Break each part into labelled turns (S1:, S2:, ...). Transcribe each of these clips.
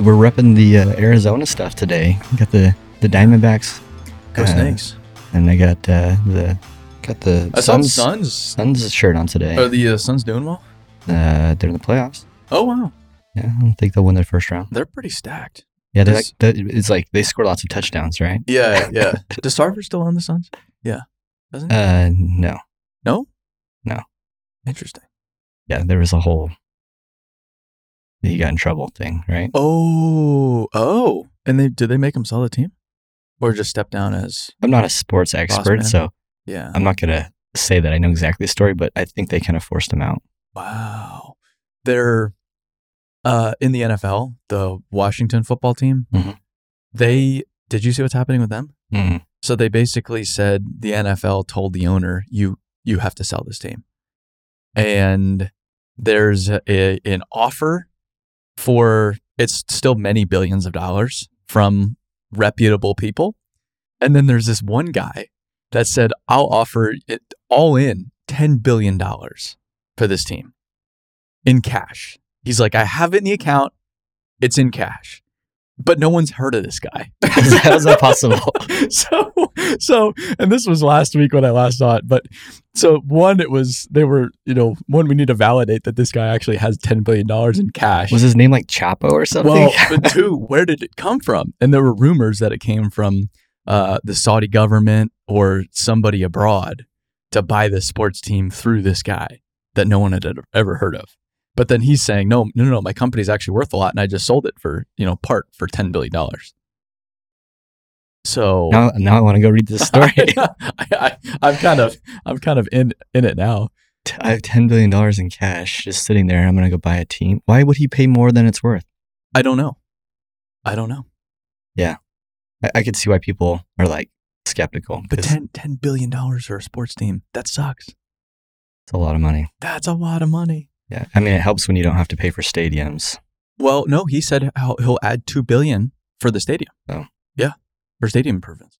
S1: we're repping the uh, Arizona stuff today. We got the the Diamondbacks,
S2: Go
S1: Uh,
S2: Snakes.
S1: and I got uh, the got the
S2: I saw the
S1: Suns
S2: Suns.
S1: Suns shirt on today.
S2: Are the uh, Suns doing well?
S1: Uh, they're in the playoffs.
S2: Oh wow,
S1: Yeah, I don't think they'll win their first round.
S2: they're pretty stacked.
S1: Yeah, they're like,
S2: Does-
S1: that- it's like they score lots of touchdowns, right?
S2: Yeah, yeah. Does Sarver still own the Suns? Yeah, doesn't he?
S1: Uh, no.
S2: Interesting.
S1: Yeah, there was a whole he got in trouble thing, right?
S2: Oh, oh. And they did they make him sell the team, or just step down as?
S1: I'm not a sports expert,
S2: man.
S1: so
S2: Yeah.
S1: I'm not gonna say that I know exactly the story, but I think they kind of forced him out.
S2: Wow. They're uh, in the NFL, the Washington football team.
S1: Mhm.
S2: They did you see what's happening with them?
S1: Mm.
S2: So they basically said the NFL told the owner, "You you have to sell this team," and there's a, an offer for it's still many billions of dollars from reputable people, and then there's this one guy that said, "I'll offer it all in ten billion dollars for this team in cash." He's like, "I have it in the account. It's in cash." But no one's heard of this guy.
S1: How's that possible?
S2: so so and this was last week when I last saw it, but so one it was they were, you know, one we need to validate that this guy actually has ten billion dollars in cash.
S1: Was his name like Chapo or something?
S2: well, but two, where did it come from? And there were rumors that it came from uh, the Saudi government or somebody abroad to buy this sports team through this guy that no one had ed- ever heard of. But then he's saying, no, no, no, my company's actually worth a lot, and I just sold it for, you know, part for ten billion dollars. So
S1: now, now I want to go read this story.
S2: I, I, I'm kind of I'm kind of in in it now.
S1: T- I have ten billion dollars in cash just sitting there. I'm gonna go buy a team. Why would he pay more than it's worth?
S2: I don't know. I don't know.
S1: I, I could see why people are like skeptical
S2: But
S1: because
S2: 10, 10 billion dollars for a sports team that sucks.
S1: it's a lot of money.
S2: That's a lot of money.
S1: Yeah, I mean it helps when you don't have to pay for stadiums.
S2: Well, no, he said how he'll add two billion for the stadium.
S1: Oh.
S2: yeah, for stadium improvements.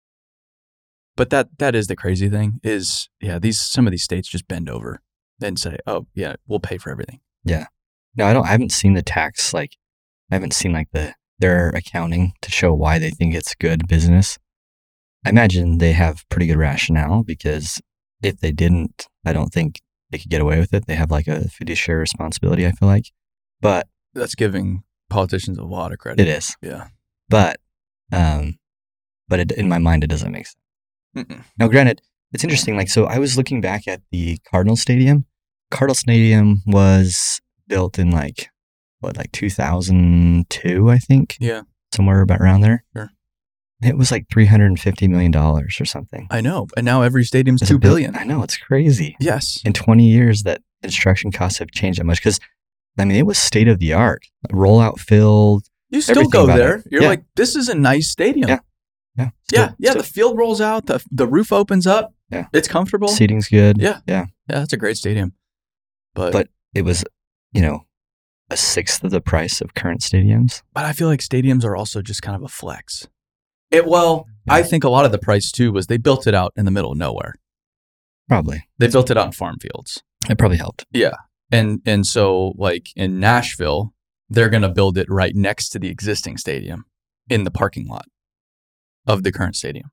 S2: But that that is the crazy thing is yeah these some of these states just bend over and say oh yeah we'll pay for everything.
S1: No, I don't. I haven't seen the tax. Like, I haven't seen like the their accounting to show why they think it's good business. I imagine they have pretty good rationale because if they didn't, I don't think they could get away with it. They have like a fiduciary responsibility. I feel like, but
S2: That's giving politicians a lot of credit.
S1: it is.
S2: Yeah.
S1: But, um, but it, in my mind, it doesn't make sense.
S2: Mm-mm.
S1: Now, granted, it's interesting. Like, so I was looking back at the Cardinal Stadium. Cardinal Stadium was built in like, what, like 2002, I think?
S2: Yeah.
S1: Somewhere about around there.
S2: Sure.
S1: It was like $350 million or something.
S2: I know, and now every stadium's
S1: It's
S2: two
S1: a bill-
S2: billion.
S1: I know. It's crazy.
S2: Yes.
S1: In 20 years, that construction costs have changed that much because, I mean, it was state of the art. Rollout field.
S2: You still
S1: everything
S2: go
S1: about
S2: there.
S1: it.
S2: You're
S1: Yeah.
S2: like, this is a nice stadium.
S1: Yeah. Yeah.
S2: yeah.
S1: Still-
S2: yeah,
S1: still-
S2: the field rolls out. The, the roof opens up.
S1: Yeah.
S2: It's comfortable.
S1: seating's good.
S2: Yeah.
S1: Yeah.
S2: Yeah, that's a great stadium.
S1: But-
S2: But, but
S1: It was, you know, a sixth of the price of current stadiums.
S2: I feel like stadiums are also just kind of a flex. It well, I
S1: Yeah.
S2: think a lot of the price too was they built it out in the middle of nowhere.
S1: Probably.
S2: They built it out in farm fields.
S1: It probably helped.
S2: And and so like in Nashville, they're going to build it right next to the existing stadium in the parking lot of the current stadium.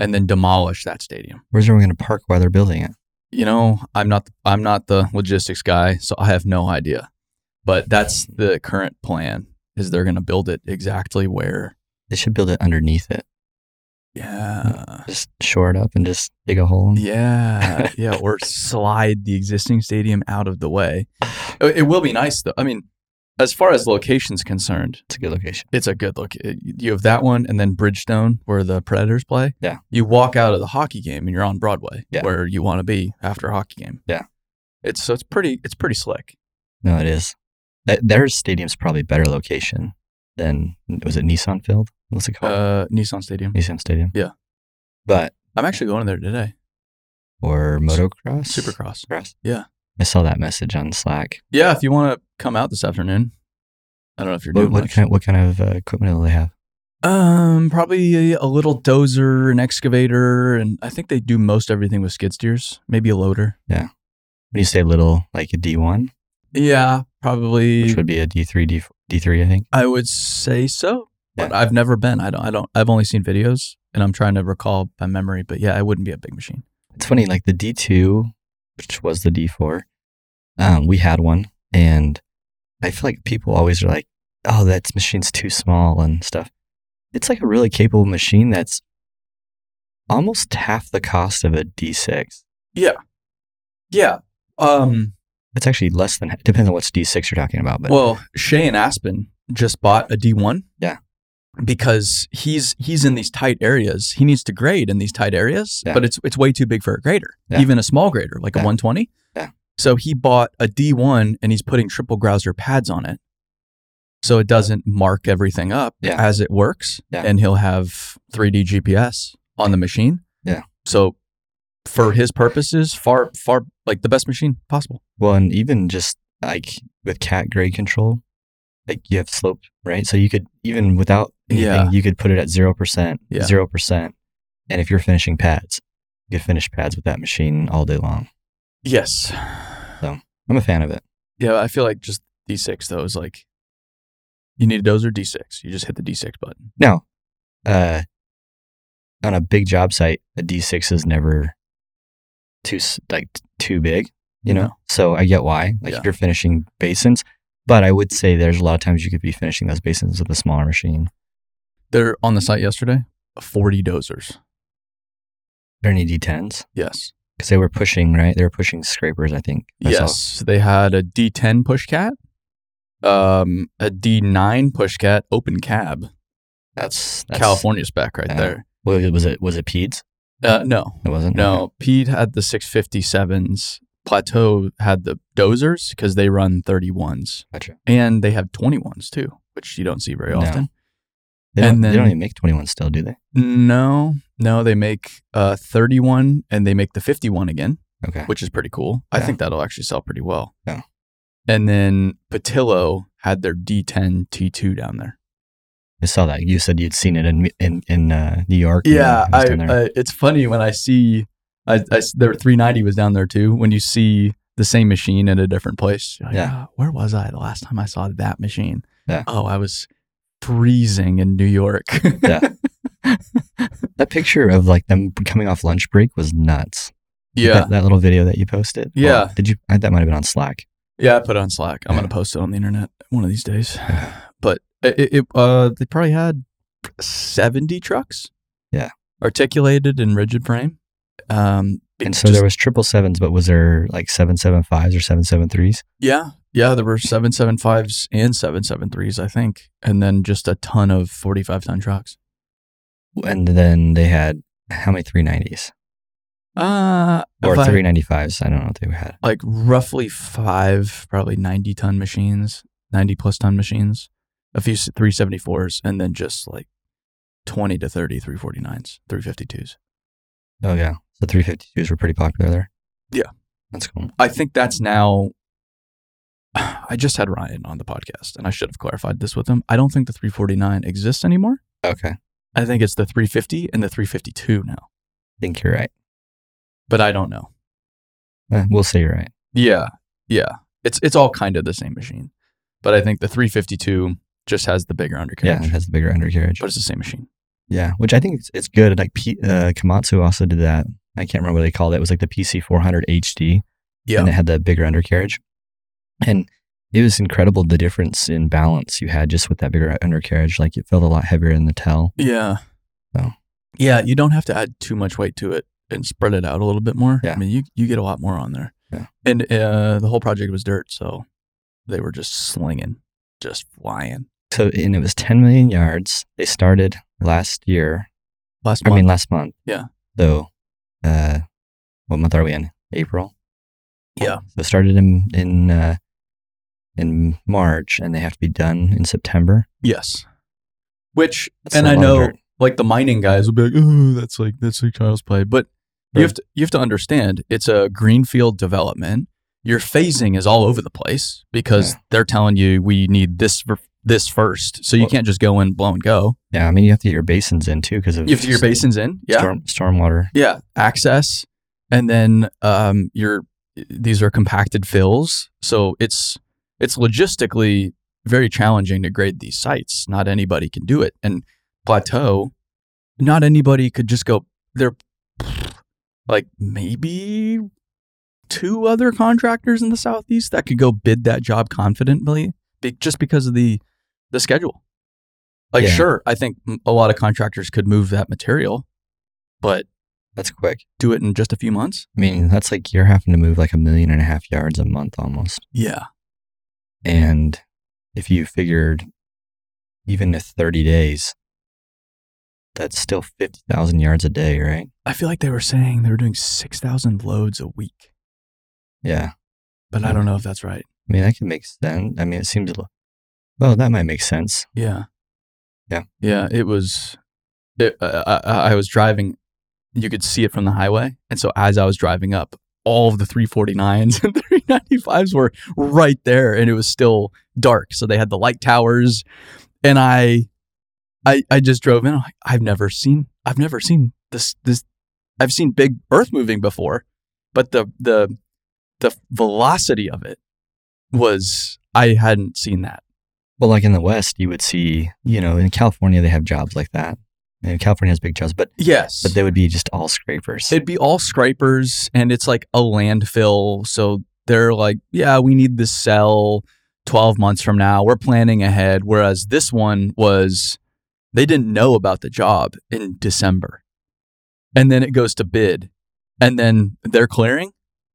S2: And then demolish that stadium.
S1: Where's everyone going to park while they're building it?
S2: you know, I'm not I'm not the logistics guy, so I have no idea. But that's the current plan is they're going to build it exactly where
S1: They should build it underneath it.
S2: yeah.
S1: Just shore it up and just dig a hole. and-
S2: Yeah. Yeah, or slide the existing stadium out of the way. Uh, It it will be nice though. I mean, as far as location's concerned,
S1: It's a good location.
S2: it's a good look. You have that one and then Bridgestone where the Predators play.
S1: Yeah.
S2: You walk out of the hockey game and you're on Broadway
S1: Yeah.
S2: where you want to be after a hockey game.
S1: Yeah.
S2: It's so it's pretty it's pretty slick.
S1: No, it is. Th- Their stadium's probably better location than was it Nissan Field? What's it called?
S2: Uh Nissan Stadium.
S1: Nissan Stadium.
S2: yeah.
S1: But
S2: I'm actually going there today.
S1: or motocross,
S2: Supercross.
S1: Cross.
S2: Yeah.
S1: I saw that message on Slack.
S2: Yeah, if you want to come out this afternoon. I don't know if you're
S1: What,
S2: doing
S1: what
S2: much.
S1: kind of, what kind of uh, equipment do they have?
S2: um, probably a little dozer, an excavator, and I think they do most everything with skid steers. Maybe a loader.
S1: When you say little, like a D one,
S2: Yeah, probably.
S1: which would be a D three, D four. D3, I think.
S2: I would say so, but I've never been. I don't. I don't. I've only seen videos, and I'm trying to recall by memory. But yeah, it wouldn't be a big machine.
S1: It's funny, like the D2, which was the D4, um, we had one. And I feel like people always are like, oh, that machine's too small and stuff. It's like a really capable machine that's almost half the cost of a D6.
S2: Yeah. Um.
S1: It's actually less than, it depends on what D6 you're talking about. But
S2: Well, Shay and Aspen just bought a D1.
S1: Yeah.
S2: Because he's he's in these tight areas. He needs to grade in these tight areas,
S1: Yeah.
S2: but it's it's way too big for a grader,
S1: Yeah.
S2: even a small grader like
S1: Yeah.
S2: a 120.
S1: Yeah.
S2: So he bought a D1 and he's putting triple grouser pads on it. So it doesn't mark everything up
S1: Yeah.
S2: as it works
S1: Yeah.
S2: and he'll have 3D GPS on the machine.
S1: Yeah.
S2: So for his purposes, far far like the best machine possible.
S1: Well, and even just like with cat grade control, like you have slope, right? So you could even without anything,
S2: Yeah.
S1: you could put it at zero percent,
S2: Yeah.
S1: zero percent, and if you're finishing pads, you could finish pads with that machine all day long.
S2: Yes.
S1: I'm a fan of it.
S2: Yeah, I feel like just D6 though is like you need a dozer D6. You just hit the D6 button.
S1: Now, uh, on a big job site, a D6 is never too s- like t- too big, you know.
S2: No.
S1: So I get why, like
S2: Mm-hmm. Yeah.
S1: if you're finishing basins, but I would say there's a lot of times you could be finishing those basins with a smaller machine.
S2: They're on the site yesterday. 40 dozers.
S1: Are there any D10s?
S2: Yes.
S1: because they were pushing right they were pushing scrapers i think I saw.
S2: Yes. They had a D10 push cat, um, a D9 push cat, open cab,
S1: that's, that's
S2: California spec right
S1: yeah.
S2: there.
S1: Wa- was it was it peds
S2: Uh, no,
S1: it wasn't
S2: no. Pete had the 657s. Plateau had the dozers because they run 31s
S1: Gotcha.
S2: and they have 21s too, which you don't see very
S1: No.
S2: often.
S1: they don't,
S2: And
S1: they don't
S2: then-
S1: even make 21 still do they
S2: No, no, they make uh 31 and they make the 51 again,
S1: okay
S2: which is pretty cool. I
S1: Yeah.
S2: think that'll actually sell pretty well.
S1: Yeah.
S2: And then Patillo had their D10 T2 down there.
S1: i saw that you said you'd seen it in in, in uh, new york and
S2: Yeah,
S1: it was
S2: I,
S1: down there.
S2: I, it's funny when I see I, I s- their 390 was down there too. When you see the same machine at a different place, you're like,
S1: Yeah.
S2: "Ah, where was I the last time I saw that machine?
S1: Yeah.
S2: Oh, I was freezing in New York.
S1: Yeah. that picture of like them coming off lunch break was nuts
S2: yeah,
S1: that, that little video that you posted
S2: Yeah.
S1: Oh, did you I, that might have been on slack
S2: Yeah, I put it on Slack. I'm
S1: Yeah.
S2: gonna post it on the internet one of these days. But it, it- it uh, they probably had 70 trucks.
S1: Yeah.
S2: articulated in rigid frame. Um, it
S1: and so
S2: just-
S1: there was triple sevens but was there like 775s or 773s
S2: yeah, yeah, there were 775s and 773s, I think, and then just a ton of 45 ton trucks.
S1: and then they had how many 390s
S2: Uh,
S1: or
S2: if I-
S1: 395s. I don't know what they had.
S2: like roughly five, probably 90 ton machines, 90 plus ton machines, a few s- 374s, and then just like 20 to 30 349s, 352s.
S1: Oh yeah, the 352s were pretty popular there.
S2: Yeah.
S1: that's cool.
S2: I think that's now. I just had Ryan on the podcast and I should have clarified this with him. I don't think the 349 exists anymore.
S1: Okay, I
S2: I think it's the 350 and the 352 now,
S1: think you're right.
S2: but I don't know.
S1: Eh, We'll say you're right.
S2: Yeah. Yeah. It's it's all kind of the same machine. But I think the 352 just has the bigger
S1: Yeah,
S2: undercarriage.
S1: it has the bigger undercarriage.
S2: But it's the same machine.
S1: Yeah, which I think it's, it's good. Like P, uh, Komatsu also did that. I can't remember what they called it. It was like the PC 400 HD.
S2: Yeah.
S1: and it had the bigger undercarriage, and it was incredible the difference in balance you had just with that bigger undercarriage. Like it felt a lot heavier in the tail.
S2: Yeah.
S1: So.
S2: Yeah, you don't have to add too much weight to it and spread it out a little bit more.
S1: Yeah.
S2: I mean, you you get a lot more on there.
S1: Yeah.
S2: And uh, the whole project was dirt, so they were just slinging, just flying.
S1: So and it was 10 million yards. They started last year
S2: Last
S1: I
S2: month,
S1: mean, last month.
S2: Yeah.
S1: So, uh, what month are we in? April.
S2: Yeah.
S1: So it started in in uh, in March, and they have to be done in September.
S2: yes. Which
S1: That's
S2: and
S1: a
S2: I
S1: long
S2: know
S1: dirt.
S2: like the mining guys will be like, "Oh, that's like that's like child's play," but you
S1: Right.
S2: have to you have to understand it's a greenfield development. Your phasing is all over the place because
S1: Yeah.
S2: they're telling you we need this for this first, so you
S1: Well-
S2: can't just go in blow and go.
S1: Yeah, I mean, you have to get your basins in too because of
S2: You have to get your basins in, yeah,
S1: storm, stormwater.
S2: yeah, access, and then um, your these are compacted fills, so it's it's logistically very challenging to grade these sites. Not anybody can do it. And Plateau, not anybody could just go, there, like maybe two other contractors in the southeast that could go bid that job confidently be- just because of the the schedule like
S1: Yeah.
S2: sure i think m- a lot of contractors could move that material but
S1: That's quick.
S2: do it in just a few months
S1: I mean, that's like you're having to move like a million and a half yards a month almost.
S2: yeah
S1: And if you figured even if 30 days, that's still 50,000 yards a day, right?
S2: i feel like they were saying they were doing 6000 loads a week
S1: Yeah.
S2: but i don't know if that's right
S1: I mean, that can make sense. I mean, it seems a little, well, that might make sense.
S2: Yeah.
S1: Yeah.
S2: Yeah. It was, it, uh, I, I- I was driving, you could see it from the highway. And so as I was driving up, all of the 349s and 395s were right there and it was still dark. So they had the light towers. And I, I, I just drove in. I'm like, I've never seen, I've never seen this, this, I've seen big earth moving before, but the, the, the velocity of it was, I hadn't seen that.
S1: Well, like in the West, you would see, you know, in California, they have jobs like that. And California has big jobs, but,
S2: Yes.
S1: but they would be just all scrapers.
S2: It'd be all scrapers and it's like a landfill. So they're like, yeah, we need this cell 12 months from now. We're planning ahead. Whereas this one was, they didn't know about the job in December. And then it goes to bid. And then they're clearing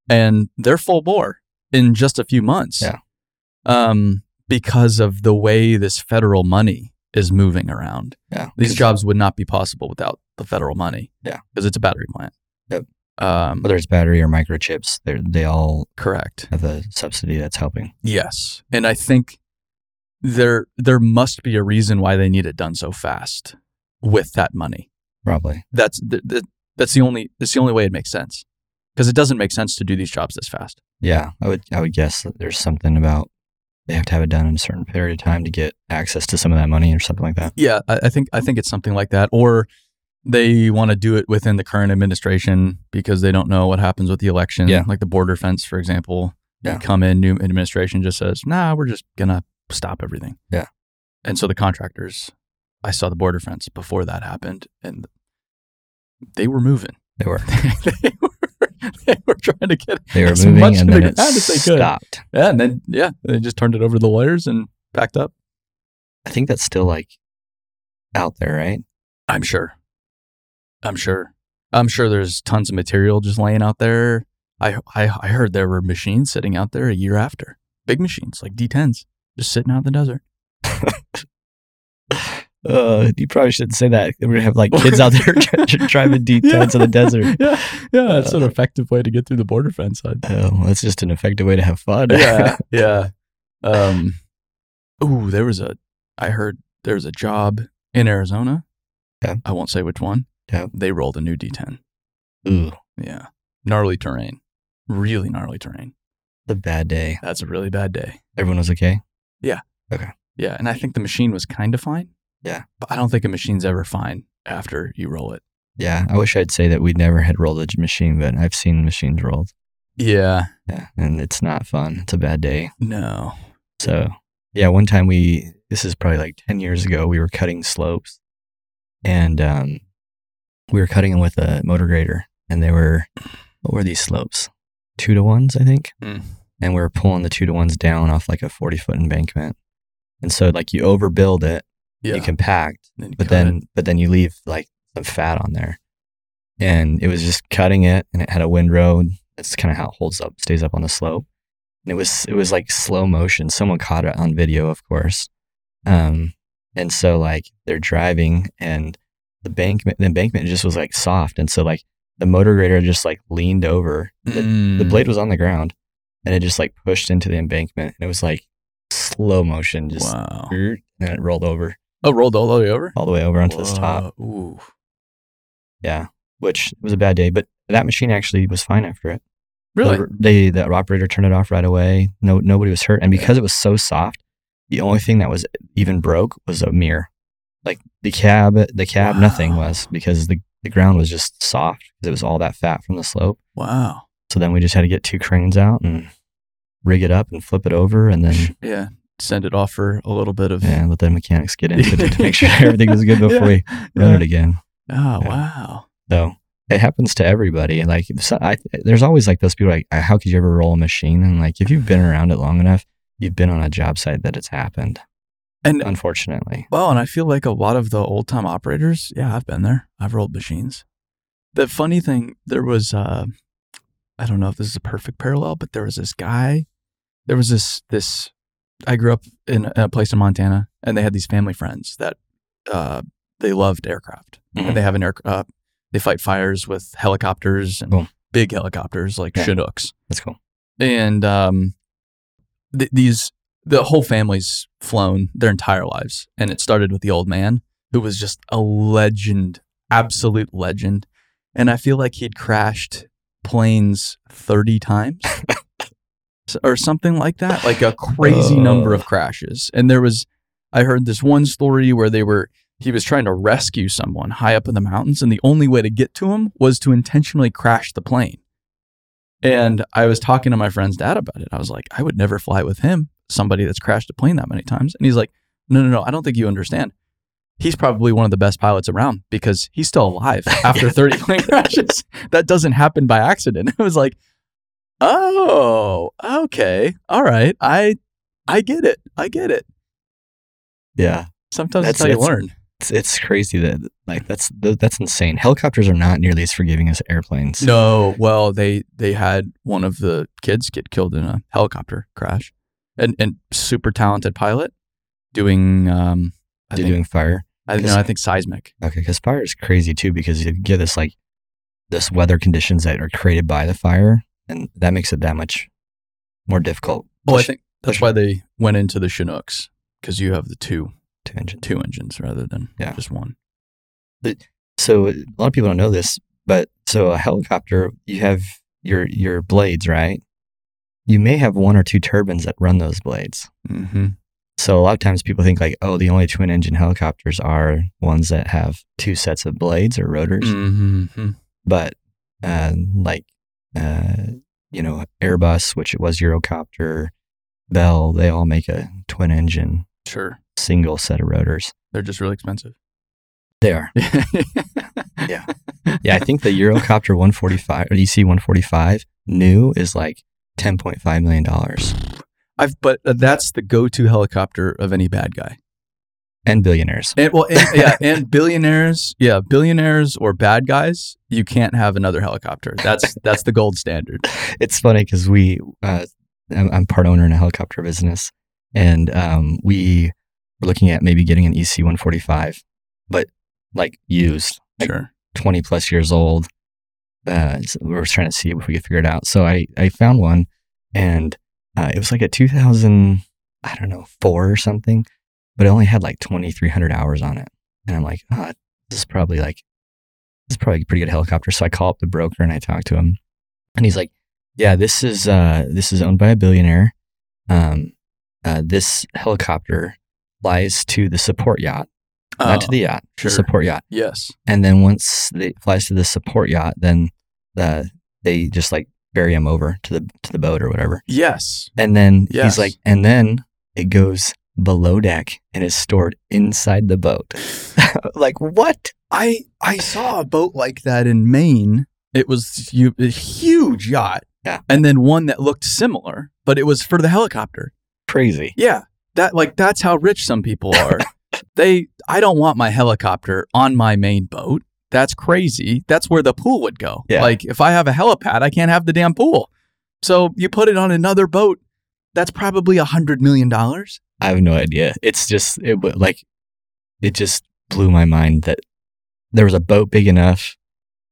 S2: and they're full bore in just a few months.
S1: Yeah.
S2: Um, because of the way this federal money is moving around
S1: yeah.
S2: these jobs would not be possible without the federal money.
S1: Yeah.
S2: because it's a battery plant.
S1: Yep.
S2: Um,
S1: Whether it's battery or microchips, they're, they all
S2: correct.
S1: have a subsidy that's helping.
S2: Yes, and I think there there must be a reason why they need it done so fast with that money.
S1: Probably.
S2: That's the, the, that's the only that's the only way it makes sense because it doesn't make sense to do these jobs this fast.
S1: Yeah, I would I would guess that there's something about they have to have it done in a certain period of time to get access to some of that money or something like that.
S2: Yeah, I, I think I think it's something like that, or they want to do it within the current administration because they don't know what happens with the election.
S1: Yeah.
S2: like the border fence, for example. You
S1: Yeah.
S2: come in, new administration just says, "Nah, we're just gonna stop everything."
S1: Yeah.
S2: and so the contractors, I saw the border fence before that happened, and they were moving.
S1: They were
S2: they were they were trying to get
S1: they were
S2: As much
S1: moving and
S2: to
S1: then
S2: the
S1: it
S2: ground as they could.
S1: stopped.
S2: yeah, and then yeah, they just turned it over to the lawyers and packed up.
S1: I think that's still like out there, right?
S2: I'm sure. I'm sure. I'm sure there's tons of material just laying out there. I, I I heard there were machines sitting out there a year after. Big machines like D10s just sitting out in the desert.
S1: Uh, you probably shouldn't say that. We're gonna have like
S2: kids out there
S1: driving
S2: D10s in the
S1: desert.
S2: Yeah, yeah,
S1: that's an
S2: effective way to get through the border fence. I'd.
S1: Oh, that's just an effective way to have fun.
S2: Yeah, yeah. Um, ooh, there was a. I heard there was a job in Arizona.
S1: Yeah.
S2: I won't say which one.
S1: Yeah.
S2: They rolled a new D10.
S1: Ooh,
S2: Yeah, gnarly terrain, really gnarly terrain.
S1: the bad day.
S2: That's a really bad day.
S1: Everyone was okay.
S2: Yeah, and I think the machine was kind of fine.
S1: Yeah.
S2: but I don't think a machine's ever fine after you roll it.
S1: Yeah, I wish I'd say that we never had rolled a machine, but I've seen machines rolled.
S2: Yeah,
S1: Yeah, and it's not fun. It's a bad day.
S2: no.
S1: So, yeah, one time we, this is probably like 10 years ago, we were cutting slopes and um, we were cutting them with a motor grader. And they were, what were these slopes? Two to ones, I think.
S2: Mm.
S1: And we were pulling the two to ones down off like a 40 foot embankment. And so, like, you overbuild it,
S2: Yeah,
S1: you compact,
S2: then you
S1: but
S2: cut
S1: then,
S2: it.
S1: but then you leave like some fat on there. And it was just cutting it and it had a windrow. That's kind of how it holds up, stays up on the slope and it was it was like slow motion. Someone caught it on video, of course. Um, and so like they're driving, and the bank the embankment just was like soft, and so like the motor grader just like leaned over. The,
S2: Mm.
S1: the blade was on the ground, and it just like pushed into the embankment, and it was like slow motion, just
S2: wow.
S1: and it rolled over
S2: Oh, rolled all the way over
S1: all the way over onto this top.
S2: Whoa, Ooh,
S1: Yeah, which was a bad day, but that machine actually was fine after it.
S2: really?
S1: The- They the operator turned it off right away. No nobody was hurt, and because it was so soft, the only thing that was even broke was a mirror. Like the cab, the cab, nothing
S2: Wow.
S1: was because the the ground was just soft because it was all that fat from the slope.
S2: Wow.
S1: So then we just had to get two cranes out and rig it up and flip it over, and then
S2: Yeah, send it off for a little bit of.
S1: and let the mechanics get into it to make sure everything is good before we run it again.
S2: Oh,
S1: Yeah.
S2: wow.
S1: So it happens to everybody. Like so I, there's always like those people like, "Uh, how could you ever roll a machine? And like if you've been around it long enough, you've been on a job site that it's happened.
S2: And
S1: Unfortunately,
S2: Well, Oh, and I feel like a lot of the old time operators, yeah, I've been there. I've rolled machines. The funny thing, there was, uh, I don't know if this is a perfect parallel, but there was this guy. There was this, this, I grew up in a place in Montana and they had these family friends that, uh, they loved aircraft
S1: Mhm.
S2: and they have an air, uh, they fight fires with helicopters and
S1: Cool.
S2: big helicopters like
S1: Yeah.
S2: Chinooks
S1: that's cool.
S2: and um, th- these the whole family's flown their entire lives, and it started with the old man who was just a legend, absolute legend, and I feel like he'd crashed planes thirty times. s- Or something like that, like a crazy number of crashes. And there was, I heard this one story where they were, he was trying to rescue someone high up in the mountains, and the only way to get to him was to intentionally crash the plane. And I was talking to my friend's dad about it. I was like, I would never fly with him, somebody that's crashed a plane that many times. And he's like, No, no, no, I don't think you understand. He's probably one of the best pilots around because he's still alive after 30 plane crashes. That doesn't happen by accident. It was like, Oh, okay. All right. I I get it. I get it.
S1: Yeah.
S2: Sometimes that's,
S1: That's-
S2: how you
S1: that's-
S2: learn.
S1: It's, it's crazy that like that's th- that's insane. Helicopters are not nearly as forgiving as airplanes.
S2: No, well, they they had one of the kids get killed in a helicopter crash, and and super talented pilot doing um, I
S1: They're
S2: think,
S1: doing fire.
S2: I, no, I think seismic.
S1: Okay, because fire is crazy too, because you get this like this weather conditions that are created by the fire, and that makes it that much more difficult.
S2: Well, I
S1: Push
S2: think that's
S1: push-
S2: why they went into the Chinooks because you have the two
S1: to engine.
S2: two engines rather than
S1: Yeah.
S2: just one.
S1: So a lot of people don't know this, but so a helicopter, you have your your blades, right? You may have one or two turbines that run those blades.
S2: Mm-hmm.
S1: So a lot of times people think like, oh, the only twin engine helicopters are ones that have two sets of blades or rotors.
S2: Mm-hmm.
S1: but uh, like uh, you know Airbus, which it was Eurocopter, Bell, they all make a twin engine
S2: Sure,
S1: single set of rotors.
S2: they're just really expensive.
S1: They are.
S2: yeah,
S1: Yeah, I think the Eurocopter 145 or E EC 145 new is like 10.5 million dollars
S2: I've but uh, that's the go-to helicopter of any bad guy.
S1: and billionaires.
S2: And well, and, yeah, and billionaires, yeah, billionaires or bad guys, you can't have another helicopter. That's that's the gold standard.
S1: it's funny because we, uh, I'm, I'm part owner in a helicopter business, and um, we were looking at maybe getting an E EC 145, but like used, like
S2: Sure.
S1: 20 plus years old. Uh, so we were trying to see if we could figure it out. So I, I found one and uh, it was like a 2000, I don't know, four or something, but it only had like 2,300 hours on it. And I'm like, ah, this is probably like, this is probably a pretty good helicopter. So I call up the broker and I talk to him and he's like, yeah, this is, uh, this is owned by a billionaire. Um, uh, this helicopter flies to the support yacht, not to
S2: Oh,
S1: the yacht,
S2: sure.
S1: support yacht.
S2: yes.
S1: And then once they- it flies to the support yacht, then uh, they just like ferry him over to the to the boat or whatever.
S2: Yes.
S1: And then
S2: Yes.
S1: he's like, and then it goes below deck and is stored inside the boat. like what?
S2: I I saw a boat like that in Maine. It was hu- a huge yacht.
S1: Yeah.
S2: And then one that looked similar, but it was for the helicopter.
S1: Crazy.
S2: Yeah. That like that's how rich some people are. they I don't want my helicopter on my main boat. That's crazy. That's where the pool would go.
S1: Yeah.
S2: Like if I have a helipad, I can't have the damn pool. So you put it on another boat. That's probably a hundred million dollars.
S1: I have no idea. It's just it wa- like it just blew my mind that there was a boat big enough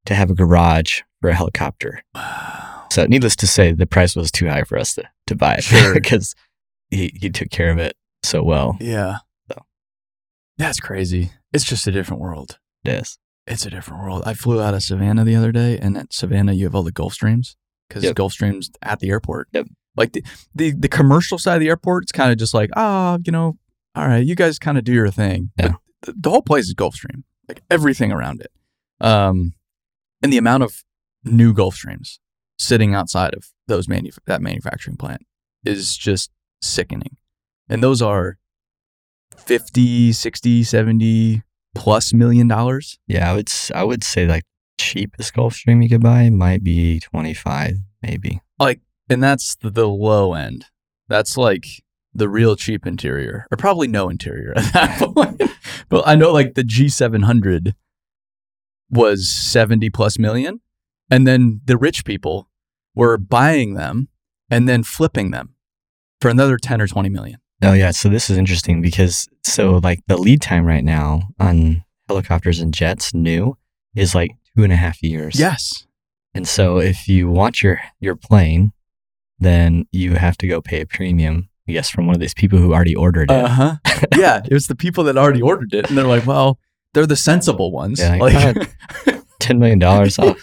S1: to have a garage for a helicopter.
S2: Wow.
S1: So, needless to say, the price was too high for us to, to buy it
S2: Sure.
S1: because he, he took care of it so well.
S2: Yeah.
S1: So.
S2: That's crazy. It's just a different world.
S1: It is.
S2: It's a different world. I flew out of Savannah the other day, and at Savannah, you have all the Gulf Streams because
S1: Yep.
S2: Gulf Streams at the airport.
S1: Yep.
S2: Like the, the the commercial side of the airport, it's kind of just like, ah, you know, all right, you guys kind of do your thing. But
S1: Yeah.
S2: th- the whole place is Gulf Stream, like everything around it. Um, and the amount of new Gulf Streams sitting outside of those manu- that manufacturing plant is just sickening. And those are 50, 60, 70 plus million dollars.
S1: Yeah, I would s- I would say like cheapest Gulf Stream you could buy might be twenty five, maybe.
S2: And that's the, the low end. That's like the real cheap interior, or probably no interior at that point. but I know like the G700 was 70 plus million. And then the rich people were buying them and then flipping them for another 10 or 20 million.
S1: Oh yeah, so this is interesting because so like the lead time right now on helicopters and jets new is like two and a half years.
S2: Yes.
S1: And so if you want your your plane, then you have to go pay a premium, I guess, from one of these people who already ordered it.
S2: Uh huh. yeah. It was the people that already ordered it. And they're like, well, they're the sensible ones.
S1: Yeah, like,
S2: like,
S1: Ten million dollars off.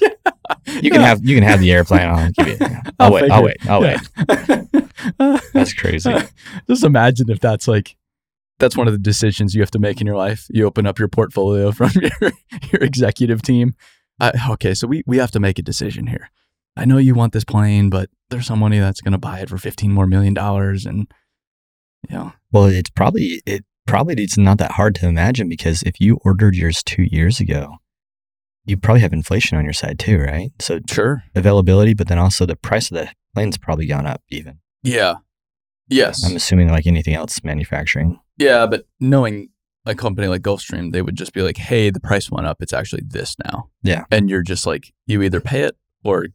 S1: You can
S2: Yeah.
S1: have you can have the airplane. I'll give it. I'll wait. I'll wait. I'll wait.
S2: wait.
S1: That's crazy.
S2: Just imagine if that's like that's one of the decisions you have to make in your life. You open up your portfolio from your, your executive team. I, okay, so we we have to make a decision here. I know you want this plane, but there's somebody that's going to buy it for 15 more million dollars and you know,
S1: Well, it's probably it probably it's not that hard to imagine because if you ordered yours two years ago, you probably have inflation on your side too, right? So
S2: sure.
S1: availability, but then also the price of the plane's probably gone up even.
S2: Yeah. Yes.
S1: I'm assuming like anything else manufacturing.
S2: Yeah, but knowing a company like Gulfstream, they would just be like, "Hey, the price went up. It's actually this now."
S1: Yeah.
S2: and you're just like, you either pay it or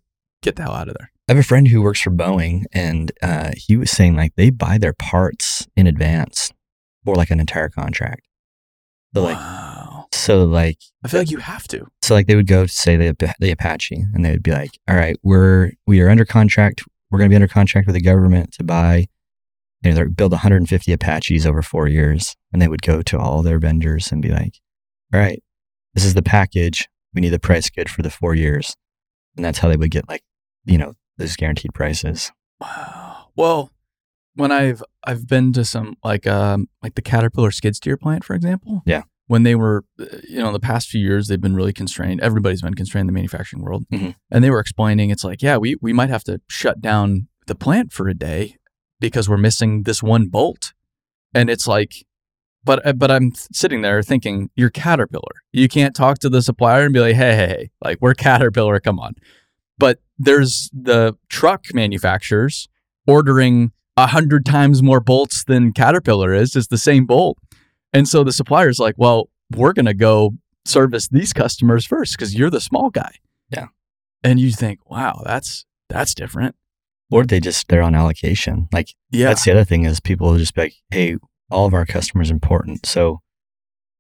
S2: get the hell out of there.
S1: I have a friend who works for Boeing, and uh, he was saying like they buy their parts in advance for like an entire contract. So like,
S2: wow,
S1: so like,
S2: I feel like you have to.
S1: so like they would go to say the Ap- the Apache, and they would be like, "All right, we're we are under contract. We're going to be under contract with the government to buy." You know, they build 150 Apaches over four years, and they would go to all their vendors and be like, "All right, this is the package. We need the price good for the four years," and that's how they would get like, you know, those guaranteed prices.
S2: Wow. Well, when I've I've been to some like um like the Caterpillar skid steer plant, for example.
S1: Yeah.
S2: When they were, uh, you know, the past few years they've been really constrained. Everybody's been constrained in the manufacturing world,
S1: Mhm.
S2: and they were explaining it's like, yeah, we we might have to shut down the plant for a day because we're missing this one bolt, and it's like. But, uh, but I'm sitting there thinking you're Caterpillar. You can't talk to the supplier and be like, hey, hey, hey, like we're Caterpillar. Come on. But there's the truck manufacturers ordering a hundred times more bolts than Caterpillar is, is the same bolt. And so the supplier's like, well, we're gonna go service these customers first because you're the small guy.
S1: Yeah.
S2: And you think, wow, that's that's different.
S1: or they just they're on allocation. Like
S2: Yeah.
S1: that's the other thing is people will just be like, hey, all of our customers are important, so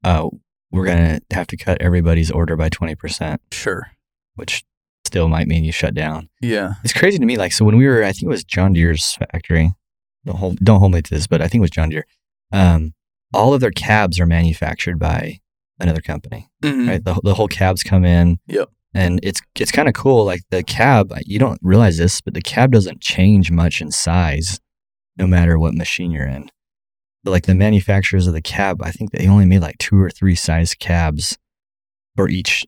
S1: uh, we're gonna have to cut everybody's order by twenty percent,
S2: sure.
S1: which still might mean you shut down.
S2: Yeah.
S1: It's crazy to me. Like so when we were, I think it was John Deere's factory. Don't hold, don't hold me to this, but I think it was John Deere. Um, all of their cabs are manufactured by another company
S2: Mhm.
S1: right? The, the whole cabs come in.
S2: Yep.
S1: And it's it's kind of cool. Like the cab, you don't realize this, but the cab doesn't change much in size, no matter what machine you're in. But like the manufacturers of the cab, I think they only made like two or three size cabs for each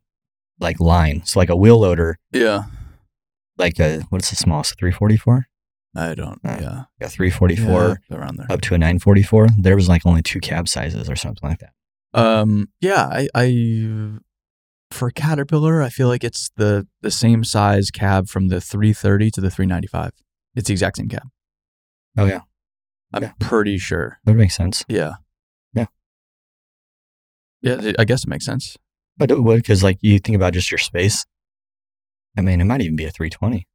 S1: like line. So like a wheel loader,
S2: Yeah.
S1: like a what's the smallest? Three forty four?
S2: I don't
S1: Uh,
S2: yeah.
S1: Yeah, three forty
S2: Yeah,
S1: four
S2: around there.
S1: up to a nine forty four. There was like only two cab sizes or something like that. Mm-hmm.
S2: Um, yeah, I, I for Caterpillar, I feel like it's the the same size cab from the 330 to the 395. It's the exact same cab.
S1: Oh yeah,
S2: I'm
S1: Yeah.
S2: pretty sure.
S1: that makes sense.
S2: Yeah.
S1: Yeah.
S2: Yeah, I- I guess it makes sense.
S1: But it would because like you think about just your space. I mean, it might even be a 320.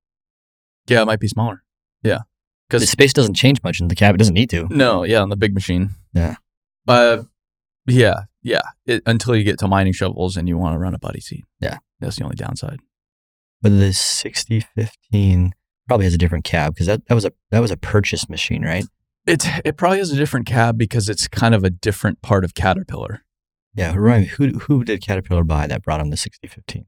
S2: Yeah, it might be smaller.
S1: The space doesn't change much in the cab. It doesn't need to.
S2: No, yeah, on the big machine.
S1: Yeah.
S2: Uh, yeah, yeah. It, until you get to mining shovels and you want to run a buddy seat.
S1: Yeah.
S2: that's the only downside.
S1: But the 6015 probably has a different cab because that, that was a that was a purchase machine, right?
S2: It's it probably is a different cab because it's kind of a different part of Caterpillar.
S1: Yeah. Remind me, who who did Caterpillar buy that brought them the 6015? Is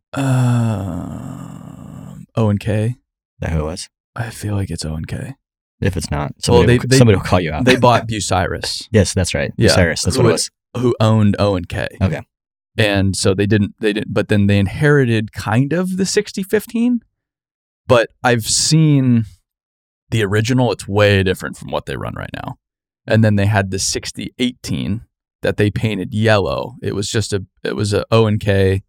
S2: Um, O and K.
S1: that who it was?
S2: I feel like it's O and K.
S1: If it's not, somebody,
S2: they-
S1: will,
S2: they-
S1: somebody will call you out.
S2: They bought Bucyrus.
S1: Yes, that's right.
S2: Yeah.
S1: Cyrus. That's what it
S2: Who-
S1: was.
S2: who owned O and K.
S1: Okay.
S2: And so they didn't they didn't but then they inherited kind of the 6015. But I've seen the original, it's way different from what they run right now. and then they had the 6018 that they painted yellow. It was just a it was a O and K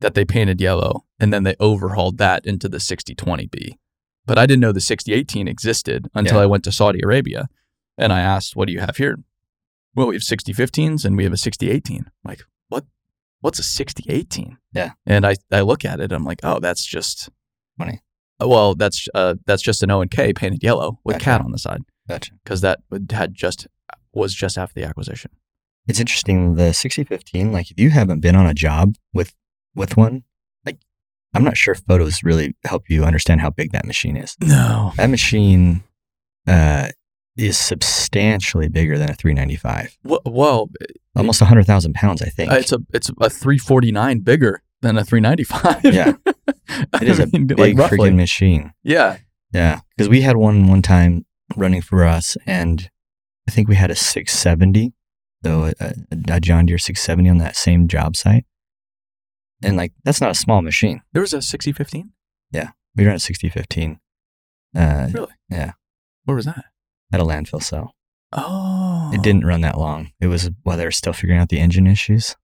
S2: that they painted yellow, and then they overhauled that into the 6020B. But I didn't know the 6018 existed until
S1: Yeah.
S2: I went to Saudi Arabia, and I asked, "What do you have here?" Well, we have 6015s and we have a 6018. I'm like, what? What's a 6018?
S1: Yeah.
S2: And I I look at it, I'm like, oh, that's just
S1: Funny.
S2: Well, that's uh that's just an O and K painted yellow with
S1: Gotcha.
S2: cat on the side
S1: Gotcha.
S2: because that would- had just was just after the acquisition.
S1: It's interesting. The 6015, like if you haven't been on a job with with one, like I'm not sure photos really help you understand how big that machine is.
S2: No.
S1: That machine uh, is substantially bigger than a 395,
S2: Well,
S1: almost 100,000 pounds, I think.
S2: Mm-hmm. Uh, it's a it's a 349 bigger than a 395.
S1: Yeah.
S2: I
S1: it is a
S2: mean,
S1: big
S2: like roughly.
S1: freaking machine.
S2: Yeah.
S1: Yeah, because we had one one time running for us, and I think we had a 670, so a, a, uh, a John Deere 670 on that same job site, and like that's not a small machine.
S2: There was a 6015.
S1: We ran a 6015 uh,
S2: Where was that?
S1: at a landfill cell.
S2: Oh.
S1: It didn't run that long. It was while they were still figuring out the engine issues.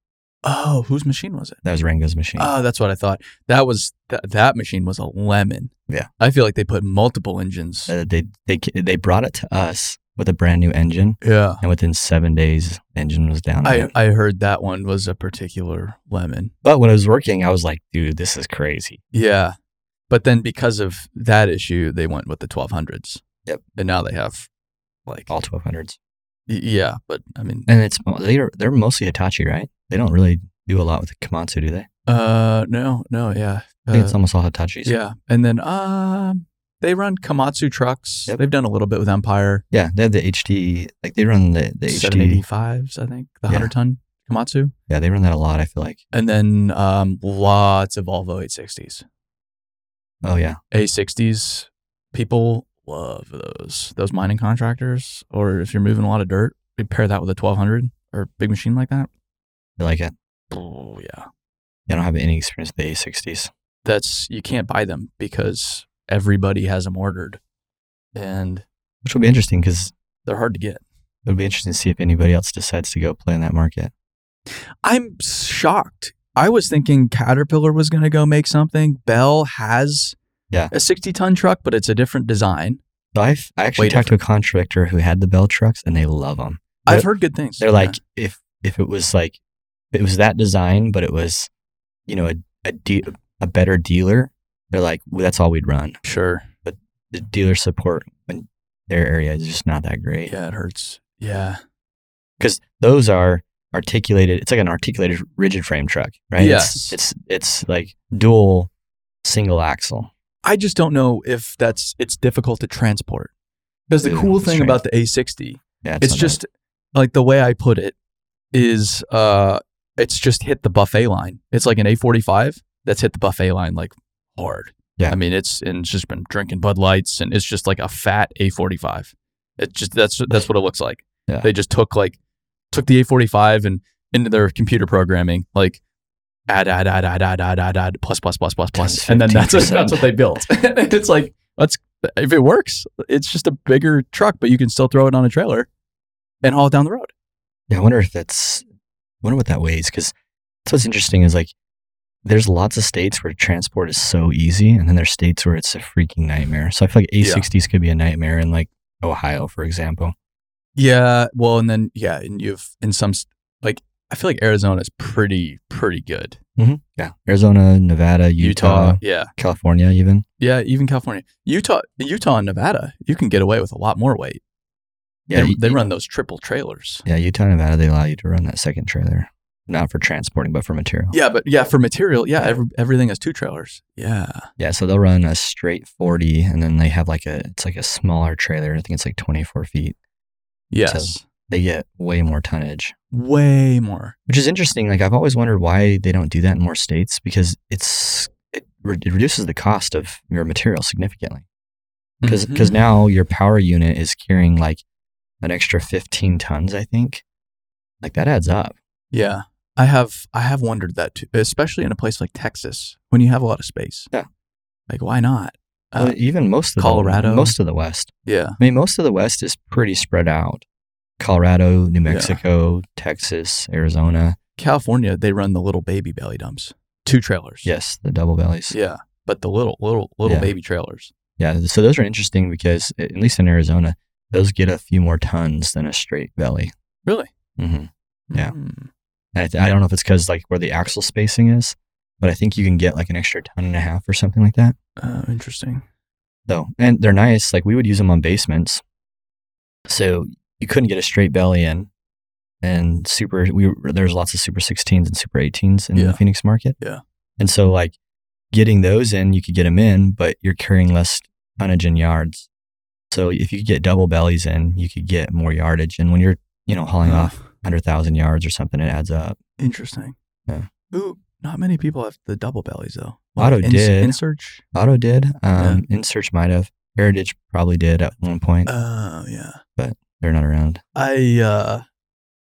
S2: Oh, whose machine was it?
S1: That was Rango's machine.
S2: Oh, that's what I thought. That was th- that machine was a lemon.
S1: Yeah.
S2: I feel like they put multiple engines.
S1: Uh, they they they brought it to us with a brand new engine,
S2: Yeah.
S1: and within seven days, engine was down.
S2: I, I heard that one was a particular lemon.
S1: but when I was working, I was like, dude, this is crazy.
S2: Yeah. But then because of that issue, they went with the 1200s.
S1: Yep.
S2: And now they have like,
S1: All 1200s.
S2: y- yeah, but I mean,
S1: And it's mo- they're they're mostly Hitachi, right? They don't really do a lot with Komatsu, do they?
S2: uh, no, no, yeah.
S1: I think
S2: Uh,
S1: it's almost all Hitachis.
S2: Yeah, and then um, they run Komatsu trucks.
S1: Yep.
S2: They've done a little bit with Empire
S1: yeah. They have the HD, like they run the the HD.
S2: 785s, I think, the
S1: Yeah.
S2: 100 ton Komatsu,
S1: Yeah, they run that a lot. I feel like.
S2: and then um, lots of Volvo 860s,
S1: Oh yeah,
S2: A60s. People love those. Those mining contractors, or if you're moving a lot of dirt, you pair that with a 1200 or a big machine like that.
S1: I like it.
S2: Oh yeah,
S1: I don't have any experience with the A60s.
S2: that's you can't buy them because everybody has them ordered, and
S1: Which will be interesting because
S2: they're hard to get.
S1: it'll be interesting to see if anybody else decides to go play in that market.
S2: I'm shocked. I was thinking Caterpillar was going to go make something. Bell has
S1: Yeah.
S2: a 60 ton truck, but it's a different design.
S1: So I've, I actually
S2: Way
S1: talked to a contractor who had the Bell trucks, and they love them.
S2: I've heard good things.
S1: They're like if if it was like if it was that design, but it was you know a a, de- a better dealer. They're like well, that's all we'd run.
S2: Yeah. sure.
S1: The dealer support in their area is just not that great
S2: Yeah, it hurts. Yeah.
S1: because those are articulated. It's like an articulated rigid frame truck, right?
S2: Yes.
S1: It's it's, it's like dual single axle.
S2: I just don't know if that's, it's difficult to transport. Because the
S1: Ooh,
S2: cool
S1: that's
S2: thing
S1: right.
S2: about the A60,
S1: Yeah,
S2: it's
S1: not
S2: just like the way I put it is uh, it's just hit the buffet line. It's like an A45 that's hit the buffet line like hard.
S1: Yeah.
S2: I mean, it's and it's just been drinking Bud Lights and it's just like a fat A45. It just that's that's what it looks like.
S1: Yeah.
S2: They just took like took the A45 and into their computer programming like add add add add add add add add plus plus plus plus plus
S1: Times
S2: and then that's
S1: 15%.
S2: that's what they built. and it's like that's if it works, it's just a bigger truck, but you can still throw it on a trailer and haul it down the road.
S1: Yeah, I wonder if that's I wonder what that weighs because that's what's interesting is like there's lots of states where transport is so easy, and then there's states where it's a freaking nightmare. So I feel like
S2: Yeah.
S1: A60s could be a nightmare in like Ohio, for example.
S2: Yeah. Well, and then yeah, and you've in some s- like I feel like Arizona's pretty pretty good.
S1: Yeah, Arizona, Nevada, Utah,
S2: yeah,
S1: California, even.
S2: yeah, even California, Utah, Utah and Nevada, you can get away with a lot more weight.
S1: Yeah,
S2: they,
S1: you-
S2: they run those triple trailers.
S1: Yeah, Utah, Nevada, they allow you to run that second trailer, not for transporting, but for material.
S2: Yeah, but yeah, for material, yeah, every, everything has two trailers. Yeah,
S1: Yeah, so they'll run a straight forty, and then they have like a it's like a smaller trailer. I think it's like twenty four feet.
S2: yes,
S1: They get way more tonnage.
S2: way more.
S1: which is interesting. Like I've always wondered why they don't do that in more states because it's it, re- it reduces the cost of your material significantly because
S2: Mhm.
S1: now your power unit is carrying like an extra 15 tons, I think. Like that adds up.
S2: Yeah, I have I have wondered that too, especially in a place like Texas when you have a lot of space.
S1: Yeah.
S2: like why not? Uh,
S1: Well, even most of
S2: Colorado. Uh-huh.
S1: the, most of the West.
S2: Yeah,
S1: I mean, most of the West is pretty spread out. Colorado, New Mexico, Texas, Arizona.
S2: California, they run the little baby belly dumps, two trailers.
S1: Yes, the double bellies.
S2: Yeah. But the little, little, little
S1: Yeah.
S2: baby trailers.
S1: Yeah, so those are interesting because at least in Arizona, those get a few more tons than a straight belly.
S2: Really?
S1: hmm Yeah.
S2: Mm.
S1: I, th- I don't know if it's because like where the axle spacing is, but I think you can get like an extra ton and a half or something like that.
S2: Uh, interesting.
S1: Though, and they're nice. Like we would use them on basements, so you couldn't get a straight belly in. And super, we were- there's lots of super 16s and super 18s in
S2: Yeah.
S1: the Phoenix market.
S2: Yeah.
S1: and so like getting those in, you could get them in, but you're carrying less tonnage in yards. So if you could get double bellies in, you could get more yardage. And when you're you know hauling off
S2: Uh,
S1: 100,000 yards or something, it adds up.
S2: Interesting.
S1: Yeah.
S2: Ooh, not many people have the double bellies though.
S1: Otto did.
S2: In search.
S1: Auto did. Um, In Search might have. Heritage probably did at one point.
S2: Oh yeah.
S1: They're not around.
S2: I uh,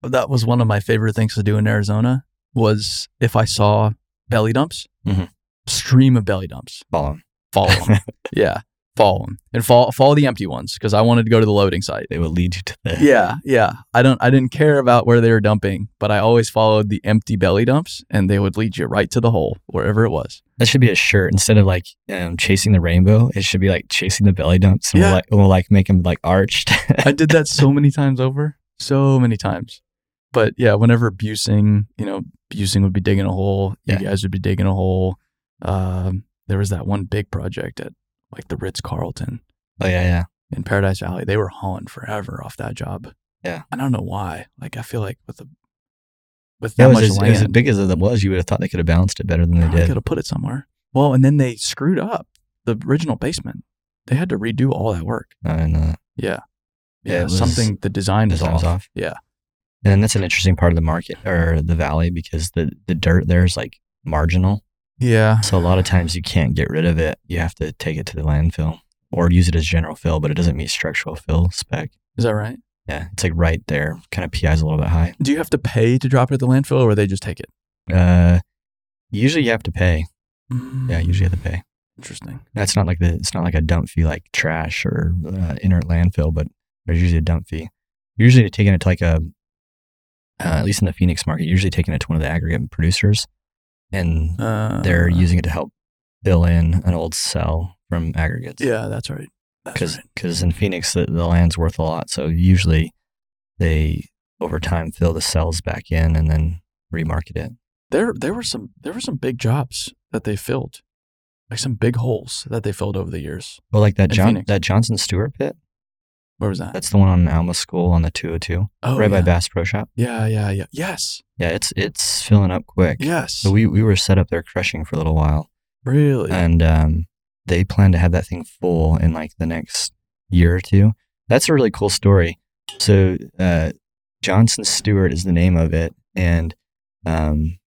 S2: that was one of my favorite things to do in Arizona was if I saw belly dumps,
S1: Mhm.
S2: stream of belly dumps,
S1: Follow 'em.
S2: follow Mm-hmm. them. yeah, follow them and follow follow the empty ones because I wanted to go to the loading site.
S1: They would lead you to the.
S2: Yeah, yeah. I don't. I didn't care about where they were dumping, but I always followed the empty belly dumps, and they would lead you right to the hole wherever it was.
S1: That should be a shirt instead of like um, chasing the rainbow. It should be like chasing the belly dumps. And
S2: Yeah.
S1: We'll like we'll like make them like arched.
S2: I did that so many times over, so many times. But yeah, whenever Busing, you know, Busing would be digging a hole.
S1: Yeah.
S2: You guys would be digging a hole. Um, there was that one big project at like the Ritz Carlton
S1: oh yeah, yeah.
S2: in Paradise Valley. They were hauling forever off that job.
S1: Yeah.
S2: I don't know why. Like I feel like with the with that,
S1: That was
S2: much
S1: as,
S2: land,
S1: as big as it was. You would have thought they could have balanced it better than they
S2: I could
S1: did.
S2: have put it somewhere. Well, and then they screwed up the original basement. They had to redo all that work.
S1: And uh, Yeah,
S2: Yeah. Yeah.
S1: it was-
S2: something the design was
S1: design was
S2: off.
S1: off.
S2: Yeah.
S1: And then that's an interesting part of the market or the valley because the the dirt there is like marginal.
S2: Yeah.
S1: So a lot of times you can't get rid of it. You have to take it to the landfill or use it as general fill, but it doesn't meet structural fill spec.
S2: Is that right?
S1: Yeah, it's like right there. Kind of PI's a little bit high.
S2: Do you have to pay to drop it at the landfill or they just take it?
S1: Uh, usually you have to pay. Yeah, usually you have to pay.
S2: Interesting.
S1: That's not like the it's not like a dump fee like trash or uh, inert landfill, but there's usually a dump fee. Usually they're taking it to like a uh, at least in the Phoenix market, you're usually taking it to one of the aggregate producers, and
S2: Uh,
S1: they're using it to help fill in an old cell from aggregates.
S2: Yeah, that's right. That's
S1: because
S2: right.
S1: in Phoenix the, the land's worth a lot, so usually they over time fill the cells back in and then remarket it.
S2: There, there were some, there were some big jobs that they filled, like some big holes that they filled over the years.
S1: Well, like that
S2: In
S1: John
S2: Phoenix.
S1: that Johnson Stewart pit.
S2: Where was that?
S1: That's the one on Alma School on the 202,
S2: oh,
S1: right by
S2: yeah.
S1: Bass Pro Shop.
S2: Yeah, yeah, yeah. Yes,
S1: Yeah, it's it's filling up quick.
S2: yes.
S1: So we we were set up there crushing for a little while,
S2: really.
S1: and um, they plan to have that thing full in like the next year or two. That's a really cool story. So uh, Johnson Stewart is the name of it, and um,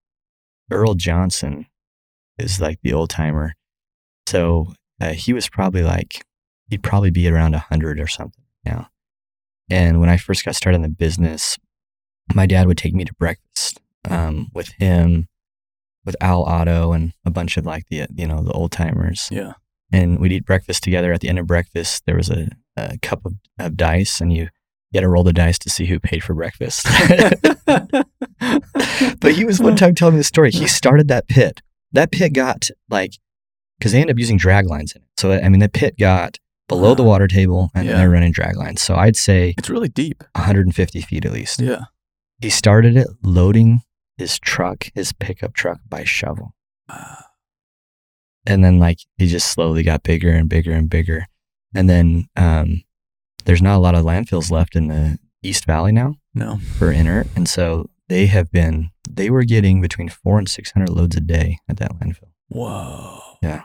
S1: Earl Johnson is like the old timer. So uh, he was probably like he'd probably be around hundred or something now. And when I first got started in the business, my dad would take me to breakfast um, with him, with Al Otto, and a bunch of like the you know the old timers.
S2: Yeah.
S1: And we'd eat breakfast together. At the end of breakfast, there was a, a cup of, of dice, and you, you had to roll the dice to see who paid for breakfast. but he was one time telling me the story. He started that pit. That pit got like, because they end up using drag lines in it. So, I mean, the pit got below the water table and
S2: Ah. Yeah.
S1: they're running drag lines. So I'd say
S2: It's really deep.
S1: 150 feet at least.
S2: Yeah.
S1: He started it loading his truck, his pickup truck by shovel.
S2: Uh,
S1: and then like he just slowly got bigger and bigger and bigger and then um, there's not a lot of landfills left in the east valley now
S2: no.
S1: for inert and so they have been they were getting between four and six hundred loads a day at that landfill
S2: Whoa.
S1: Yeah.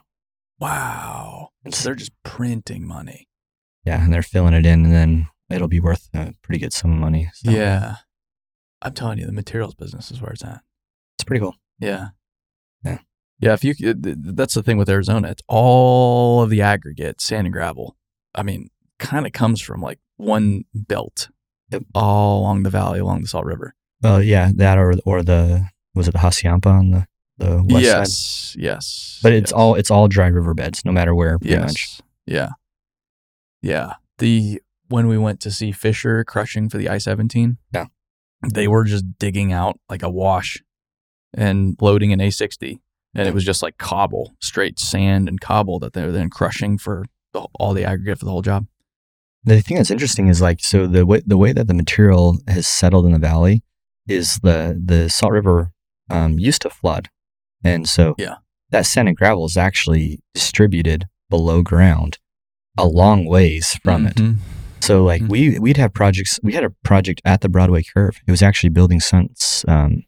S2: Wow.
S1: and
S2: So they're just printing money.
S1: yeah and they're filling it in and then it'll be worth a pretty good sum of money so
S2: Yeah. I'm telling you, the materials business is where it's at.
S1: it's pretty cool
S2: Yeah.
S1: Yeah.
S2: Yeah. If you, c- th- th- that's the thing with Arizona. It's all of the aggregate, sand and gravel. I mean, kind of comes from like one belt
S1: Yep.
S2: all along the valley, along the Salt River.
S1: well Uh, yeah that or or the was it the hacienda on the the west side
S2: yes. Yes.
S1: but it's
S2: yes.
S1: all it's all dry riverbeds no matter where pretty much
S2: Yeah. Yeah. The when we went to see Fisher crushing for the I 17.
S1: Yeah.
S2: They were just digging out like a wash and loading an A60. And it was just like cobble, straight sand and cobble that they were then crushing for the, all the aggregate for the whole job.
S1: The thing that's interesting is like so the way the way that the material has settled in the valley is the the Salt River um, used to flood, and so
S2: Yeah.
S1: that sand and gravel is actually distributed below ground a long ways from it.
S2: Mhm.
S1: So like
S2: Mhm.
S1: we we'd have projects. We had a project at the Broadway Curve. It was actually Building Sun's um,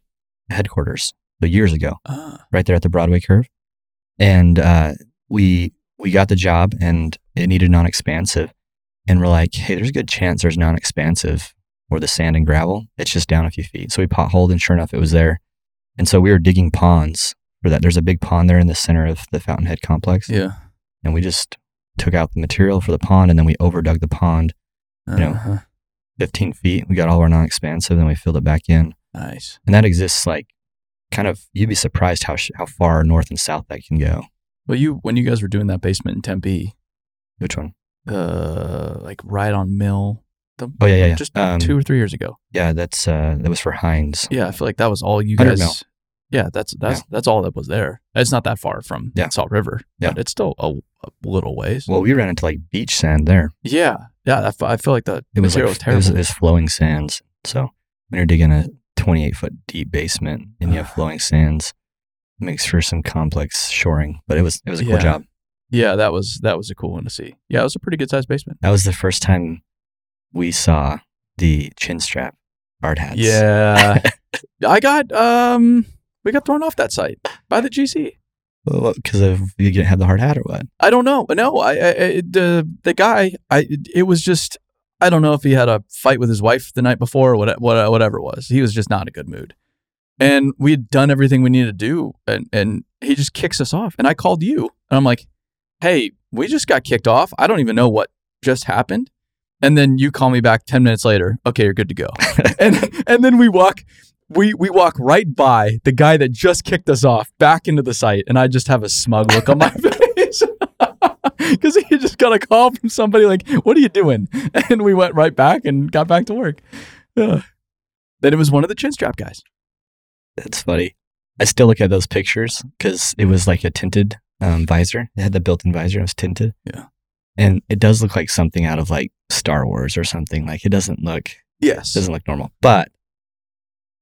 S1: headquarters, but years ago,
S2: Ah,
S1: right there at the Broadway Curve, and uh, we we got the job, and it needed non-expansive, and we're like, hey, there's a good chance there's non-expansive or the sand and gravel. It's just down a few feet. So we potholed, and sure enough, it was there, and so we were digging ponds for that. There's a big pond there in the center of the Fountainhead complex,
S2: yeah.
S1: and we just took out the material for the pond, and then we overdug the pond. know,
S2: Uh-huh.
S1: 15 feet. We got all our non expansive, then we filled it back in.
S2: Nice.
S1: And that exists like kind of, you'd be surprised how, sh- how far north and south that can go.
S2: Well, you when you guys were doing that basement in Tempe,
S1: Which one?
S2: uh, like right on Mill, the,
S1: Oh, yeah, yeah, yeah.
S2: just
S1: Um,
S2: two or three years ago.
S1: Yeah, that's, uh, that was for Heinz.
S2: Yeah, I feel like that was all you
S1: 100
S2: guys.
S1: mil.
S2: Yeah, that's that's that's all that was there. It's not that far from
S1: Yeah.
S2: Salt River,
S1: Yeah.
S2: but it's still a, a little ways.
S1: Well, we ran into like beach sand there.
S2: yeah, yeah. I, f- I feel like the
S1: It was, like,
S2: material was terrible.
S1: It was, it was flowing sands. So when you're digging a 28 foot deep basement and you have flowing sands, it makes for some complex shoring, but it was, it was a cool
S2: Yeah.
S1: job.
S2: yeah, that was that was a cool one to see. Yeah, it was a pretty good sized basement.
S1: That was the first time we saw the chin strap hard hats.
S2: Yeah, I got um, we got thrown off that site by the GC.
S1: Because of you didn't have the hard hat or what?
S2: I don't know. No, I, I, I the the guy, I it was just I don't know if he had a fight with his wife the night before or what, what, whatever it was. He was just not in a good mood. And we had done everything we needed to do and and he just kicks us off. And I called you and I'm like, "Hey, we just got kicked off. I don't even know what just happened." And then you call me back 10 minutes later. "Okay, you're good to go." and and then we walk we we walk right by the guy that just kicked us off back into the site, and I just have a smug look on my face because he just got a call from somebody like, "What are you doing?" And we went right back and got back to work. Ugh. Then it was one of the chin strap guys.
S1: That's funny. I still look at those pictures because it was like a tinted um, visor. It had the built-in visor. It was tinted.
S2: Yeah.
S1: And it does look like something out of like Star Wars or something. Like it doesn't look
S2: Yes,
S1: doesn't look normal. But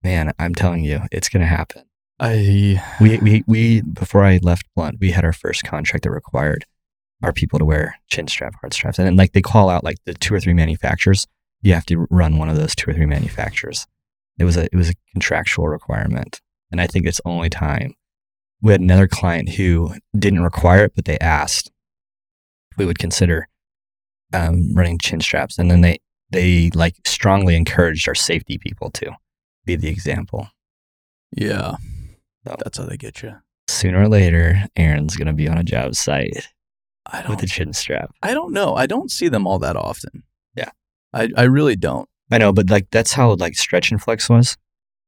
S1: man, I'm telling you, it's gonna happen.
S2: I
S1: We we we before I left Blunt, we had our first contract that required our people to wear chin strap hard straps, and then like they call out like the two or three manufacturers. You have to run one of those two or three manufacturers. It was a it was a contractual requirement, and I think it's only time. We had another client who didn't require it, but they asked if we would consider um, running chin straps, and then they they like strongly encouraged our safety people to be the example.
S2: yeah,
S1: No.
S2: that's how they get you.
S1: Sooner or later, Aaron's gonna be on a job site
S2: I
S1: with
S2: don't.
S1: a chin strap.
S2: I don't know. I don't see them all that often.
S1: Yeah.
S2: I I really don't.
S1: I know, but like that's how like stretch and flex was.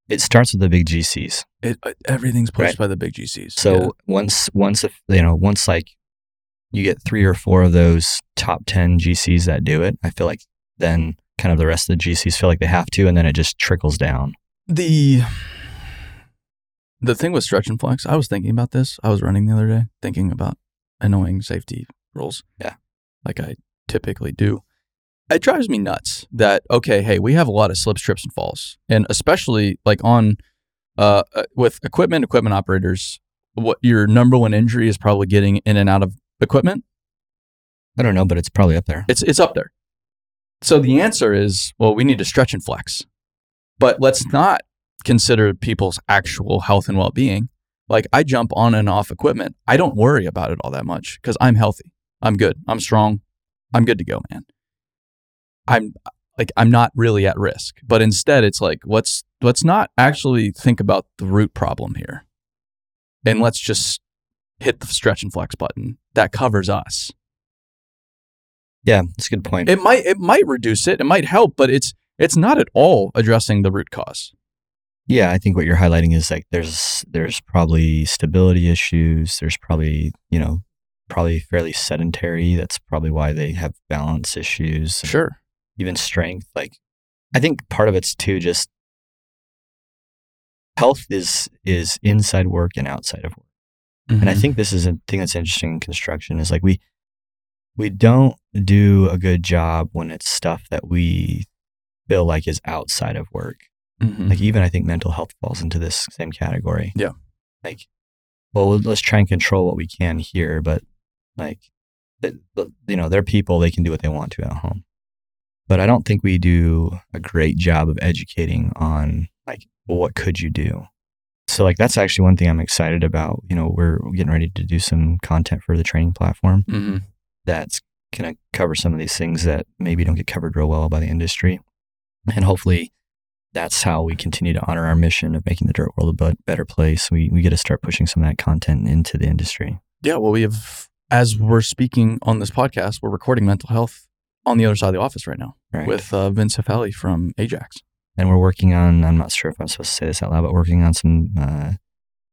S1: It starts with the big GCs.
S2: It uh, everything's pushed
S1: Right.
S2: by the big GCs.
S1: So once once if you know once like you get three or four of those top ten GCs that do it, I feel like then kind of the rest of the GCs feel like they have to, and then it just trickles down.
S2: the the thing with stretch and flex i was thinking about this i was running the other day thinking about annoying safety rules
S1: Yeah.
S2: like i typically do it drives me nuts that okay hey we have a lot of slips trips and falls and especially like on uh uh, with equipment equipment operators what your number one injury is probably getting in and out of equipment
S1: I don't know, but it's probably up there.
S2: it's it's up there. So the answer is, well, we need to stretch and flex. But let's not consider people's actual health and well-being. Like I jump on and off equipment. I don't worry about it all that much cuz I'm healthy. I'm good. I'm strong. I'm good to go, man. I'm like I'm not really at risk. But instead it's like let's let's not actually think about the root problem here. And let's just hit the stretch and flex button. That covers us
S1: Yeah, that's a good point.
S2: it might it might reduce it it might help but it's it's not at all addressing the root cause
S1: Yeah, I think what you're highlighting is like there's there's probably stability issues. There's probably you know probably fairly sedentary. That's probably why they have balance issues.
S2: sure
S1: even strength. Like, I think part of it's too just health is is inside work and outside of work.
S2: Mm-hmm.
S1: And I think this is a thing that's interesting in construction is like we we don't do a good job when it's stuff that we feel like is outside of work.
S2: Mhm.
S1: Like even I think mental health falls into this same category.
S2: Yeah.
S1: Like, well, let's try and control what we can here, but like, th- but, you know, they're people; they can do what they want to at home. But I don't think we do a great job of educating on like well, what could you do. So like that's actually one thing I'm excited about. You know, we're getting ready to do some content for the training platform
S2: Mhm.
S1: that's going to cover some of these things that maybe don't get covered real well by the industry. And hopefully, that's how we continue to honor our mission of making the dirt world a bu- better place. We, we get to start pushing some of that content into the industry.
S2: Yeah. Well, we have, as we're speaking on this podcast, we're recording mental health on the other side of the office right now
S1: Right.
S2: with uh, Vince Hafali from Ajax.
S1: and we're working on, I'm not sure if I'm supposed to say this out loud, but working on some, uh,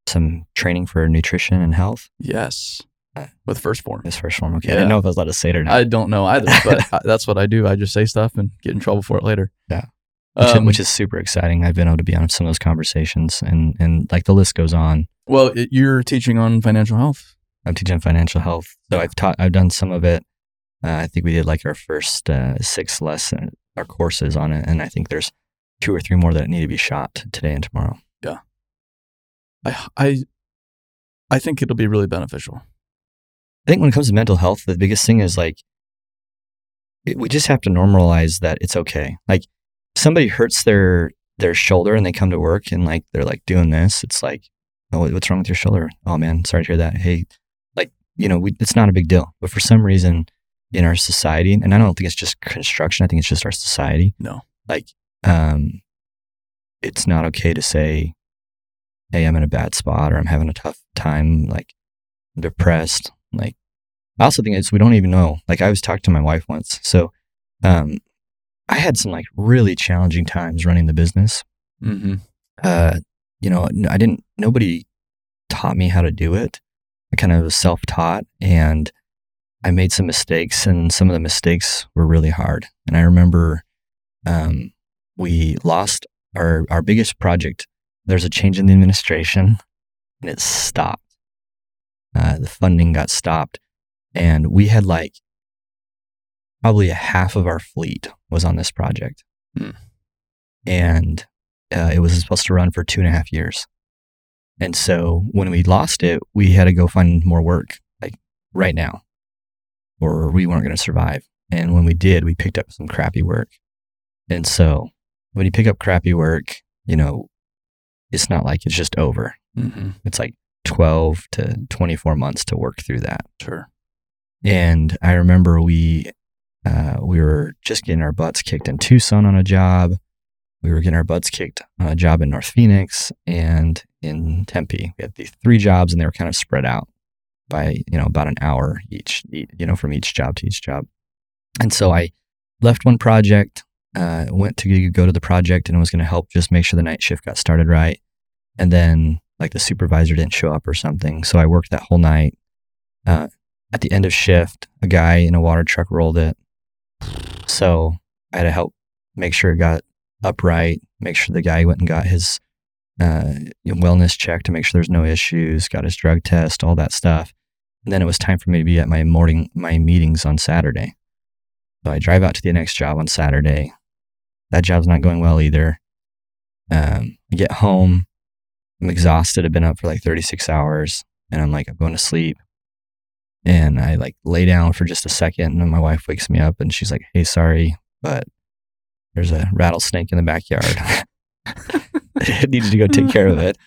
S1: some training for nutrition and health.
S2: Yes.
S1: Uh,
S2: With first form.
S1: This first one, okay. I
S2: Yeah.
S1: didn't know if I was allowed to say it or not,
S2: I don't know either, but I- that's what I do. I just say stuff and get in trouble for it later.
S1: Yeah. which,
S2: Um,
S1: which is super exciting. I've been able to be on some of those conversations, and, and like the list goes on.
S2: well, it, you're teaching on financial health.
S1: I'm teaching financial health, so I've taught. I've done some of it. Uh, I think we did like our first uh, six lesson, our courses on it, and I think there's two or three more that need to be shot today and tomorrow.
S2: I, I, I think it'll be really beneficial.
S1: I think when it comes to mental health, the biggest thing is like it, we just have to normalize that it's okay. Like somebody hurts their their shoulder and they come to work and like they're like doing this. It's like, oh, what's wrong with your shoulder? Oh man, sorry to hear that. Hey, like you know, we, it's not a big deal. But for some reason in our society, and I don't think it's just construction. I think it's just our society.
S2: No.
S1: like um, it's not okay to say, hey, I'm in a bad spot or I'm having a tough time. Like I'm depressed. Like I also think it's we don't even know. Like I was talking to my wife once, so um, I had some like really challenging times running the business.
S2: Mm-hmm.
S1: Uh, you know, n- I didn't. Nobody taught me how to do it. I kind of was self-taught, and I made some mistakes, and some of the mistakes were really hard. And I remember um, we lost our our biggest project. There's a change in the administration, and it stopped. Uh, the funding got stopped, and we had like probably a half of our fleet was on this project,
S2: Hmm.
S1: and uh, it was supposed to run for two and a half years. And so when we lost it, we had to go find more work, like right now, or we weren't going to survive. And when we did, we picked up some crappy work. And so when you pick up crappy work, you know, it's not like it's just over.
S2: Mm-hmm.
S1: It's like 12 to 24 months to work through that.
S2: Sure.
S1: And I remember we uh, we were just getting our butts kicked in Tucson on a job. We were getting our butts kicked on a job in North Phoenix and in Tempe. We had the three jobs, and they were kind of spread out by you know about an hour each, e- you know, from each job to each job. And so I left one project, uh, went to go to the project, and was going to help just make sure the night shift got started right. And then like the supervisor didn't show up or something, so I worked that whole night at the end of shift, a guy in a water truck rolled it. So I had to help make sure it got upright, make sure the guy went and got his uh, wellness check to make sure there's no issues, got his drug test, all that stuff. And then it was time for me to be at my morning my meetings on Saturday. So I drive out to the next job on Saturday. That job's not going well either. Um, I get home. I'm exhausted. I've been up for like 36 hours, and I'm like, I'm going to sleep and I like lay down for just a second, and then my wife wakes me up, and she's like, "Hey, sorry, but there's a rattlesnake in the backyard. I needed to go take care of it."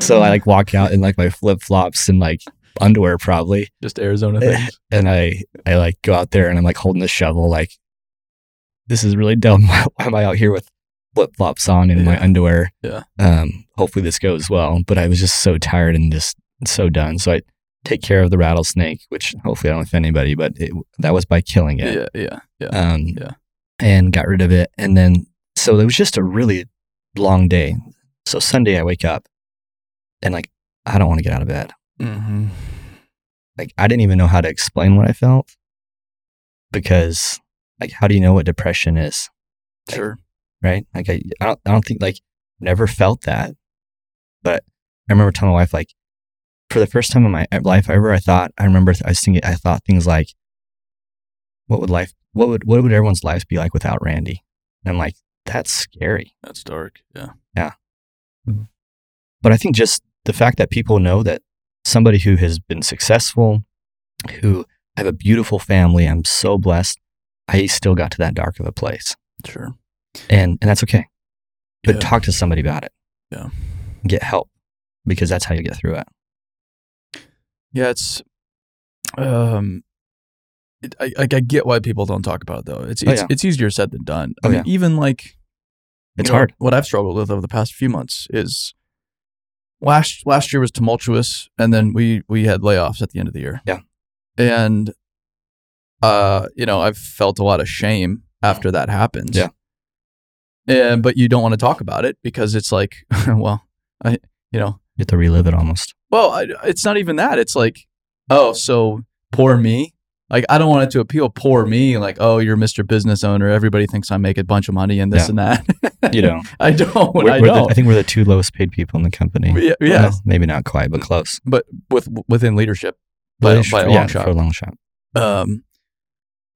S1: So I like walk out in like my flip flops and like underwear probably,
S2: Just Arizona
S1: eh,
S2: things.
S1: and I I like go out there and I'm like holding the shovel, like this is really dumb. Why am I out here with flip flops on and my
S2: Yeah.
S1: underwear?
S2: Yeah.
S1: Um, hopefully this goes well, but I was just so tired and just so done. So I take care of the rattlesnake, which hopefully I don't offend anybody, but it, that was by killing it.
S2: Yeah. Yeah. Yeah.
S1: Um,
S2: Yeah.
S1: And got rid of it. And then, so it was just a really long day. So Sunday I wake up and like, I don't want to get out of bed
S2: Mm-hmm.
S1: like I didn't even know how to explain what I felt because like how do you know what depression is
S2: Sure.
S1: right like i i don't, I don't think like never felt that but i remember telling my wife like for the first time in my uh, life ever i thought i remember i was thinking i thought things like what would life what would what would everyone's lives be like without randy and i'm like that's scary
S2: That's dark. Yeah.
S1: but I think just the fact that people know that somebody who has been successful, who I have a beautiful family, I'm so blessed, I still got to that dark of a place,
S2: Sure.
S1: and and that's okay. But
S2: Yeah.
S1: talk to somebody about it.
S2: Yeah.
S1: get help because that's how you get through it.
S2: Yeah, it's um it, I I I get why people don't talk about it though. It's
S1: Oh,
S2: it's,
S1: yeah.
S2: it's easier said than done. I
S1: Oh,
S2: mean, even like you
S1: It's
S2: know,
S1: hard.
S2: What I've struggled with over the past few months is last last year was tumultuous, and then we we had layoffs at the end of the year.
S1: Yeah.
S2: and uh, you know, I've felt a lot of shame after that happens.
S1: Yeah.
S2: and but you don't want to talk about it because it's like, well, I you know,
S1: You have to relive it almost.
S2: well, I, it's not even that. It's like, oh, so poor me. Like I don't want it to appeal poor me. Like, oh, you're Mr. Business Owner. Everybody thinks I make a bunch of money and this
S1: Yeah.
S2: and that.
S1: You know,
S2: I don't.
S1: We're-
S2: I
S1: we're the-
S2: don't.
S1: I think we're the two lowest paid people in the company.
S2: Yeah, yeah,
S1: Well, maybe not quite, but close.
S2: with within leadership. By- by a long
S1: yeah,
S2: shot.
S1: for a long shot.
S2: Um,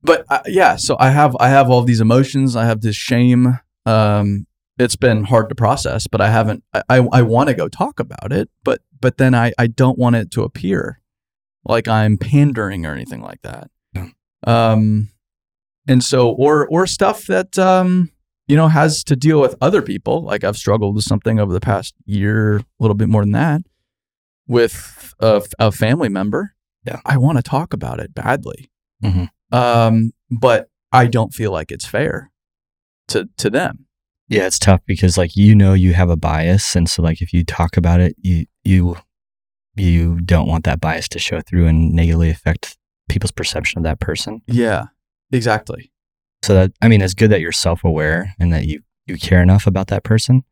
S2: but I, yeah, so I have I have all these emotions. I have this shame. Um, it's been hard to process, but I haven't. I I, I want to go talk about it, but but then I I don't want it to appear like I'm pandering or anything like that.
S1: Yeah.
S2: Um, and so or or stuff that um you know has to deal with other people. Like I've struggled with something over the past year, a little bit more than that, with a, a family member.
S1: Yeah.
S2: I want to talk about it badly
S1: Mhm.
S2: um, but I don't feel like it's fair to to them.
S1: Yeah, it's tough because like you know you have a bias, and so like if you talk about it, you you you don't want that bias to show through and negatively affect people's perception of that person.
S2: Yeah, exactly.
S1: So that I mean, it's good that you're self aware and that you you care enough about that person.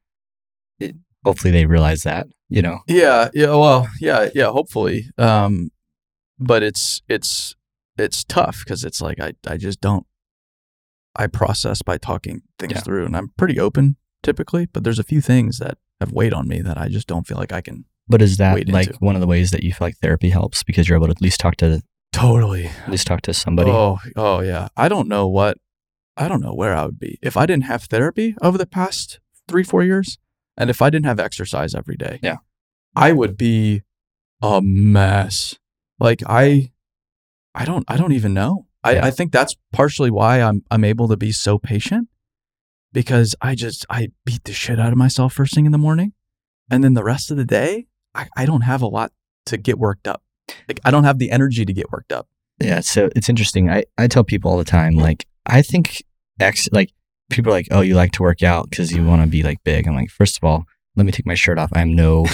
S1: It, hopefully, they realize that you know.
S2: Yeah, yeah. Well, yeah, yeah. Hopefully, um, but it's it's it's tough because it's like I I just don't. I process by talking things
S1: Yeah.
S2: through, and I'm pretty open typically. But there's a few things that have weighed on me that I just don't feel like I can
S1: But is that
S2: Wade
S1: like
S2: into.
S1: one of the ways that you feel like therapy helps because you're able to at least talk to
S2: totally.
S1: at least talk to somebody?
S2: Oh, oh yeah. I don't know what I don't know where I would be if I didn't have therapy over the past 3-4 years and if I didn't have exercise every day.
S1: Yeah.
S2: I would be a mess. Like I I don't I don't even know. I,
S1: Yeah.
S2: I think that's partially why I'm I'm able to be so patient because I just I beat the shit out of myself first thing in the morning and then the rest of the day I, I don't have a lot to get worked up. Like I don't have the energy to get worked up.
S1: Yeah, so it's interesting. I, I tell people all the time, like, I think ex like people are like, oh, you like to work out because you want to be like big. I'm like, first of all, let me take my shirt off. I'm no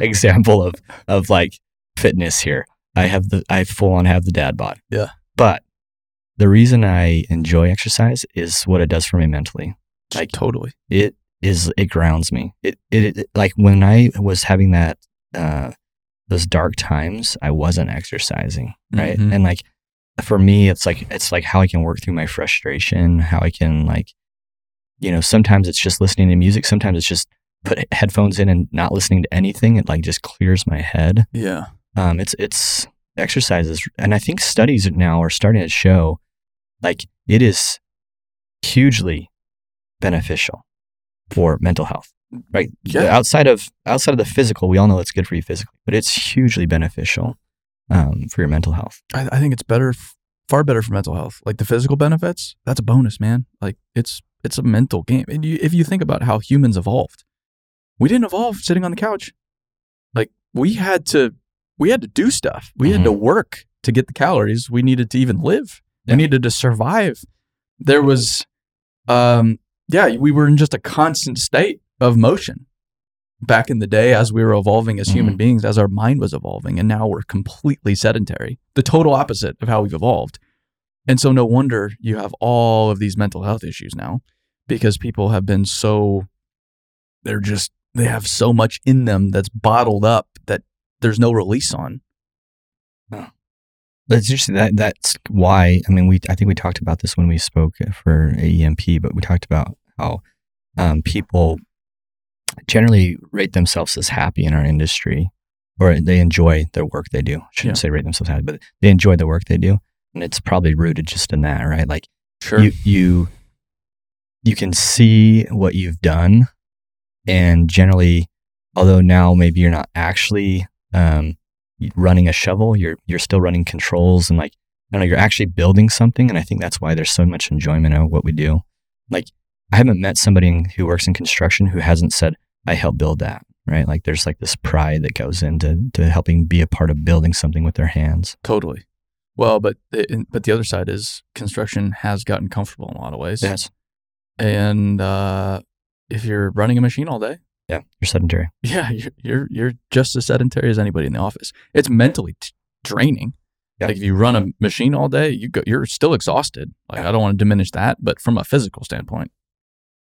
S1: example of of like fitness here. I have the I full on have the dad bod.
S2: Yeah.
S1: But the reason I enjoy exercise is what it does for me mentally. Like
S2: totally.
S1: it is it grounds me. It it, it like when I was having that uh those dark times, I wasn't exercising, right?
S2: Mhm.
S1: And like for me, it's like it's like how I can work through my frustration, how I can like you know, sometimes it's just listening to music, sometimes it's just put headphones in and not listening to anything. It like just clears my head.
S2: Yeah.
S1: Um it's it's exercises and I think studies now are starting to show like it is hugely beneficial for mental health right
S2: Yeah.
S1: outside of outside of the physical we all know it's good for you physically but it's hugely beneficial um, for your mental health
S2: I, I think it's better, f- far better for mental health. Like the physical benefits, that's a bonus, man. Like it's it's a mental game. And you, if you think about how humans evolved, we didn't evolve sitting on the couch. Like we had to we had to do stuff. We had to work to get the calories we needed to even live.
S1: Yeah.
S2: We needed to survive. There was, um, yeah, we were in just a constant state of motion back in the day as we were evolving as human beings, as our mind was evolving, and now we're completely sedentary, the total opposite of how we've evolved. And so, no wonder you have all of these mental health issues now because people have been so, they're just, they have so much in them that's bottled up that there's no release on.
S1: that's interesting. That that's why. I mean, we I think we talked about this when we spoke for AEMP, but we talked about how um, people generally rate themselves as happy in our industry, or they enjoy their work they do. I shouldn't
S2: Yeah.
S1: say rate themselves happy, but they enjoy the work they do, and it's probably rooted just in that, right? Like
S2: Sure.
S1: you you you can see what you've done and generally although now maybe you're not actually um, running a shovel you're you're still running controls and like I don't know you're actually building something and I think that's why there's so much enjoyment of what we do like I haven't met somebody in- who works in construction who hasn't said I helped build that right like there's like this pride that goes into to helping be a part of building something with their hands
S2: totally. Well, but the, but the other side is construction has gotten comfortable in a lot of ways.
S1: yes
S2: And uh, if you're running a machine all day,
S1: yeah you're sedentary
S2: yeah, you're you're, you're just as sedentary as anybody in the office. It's mentally t- draining.
S1: Yeah.
S2: Like if you run a machine all day, you go, you're still exhausted. Like I don't want to diminish that, but from a physical standpoint,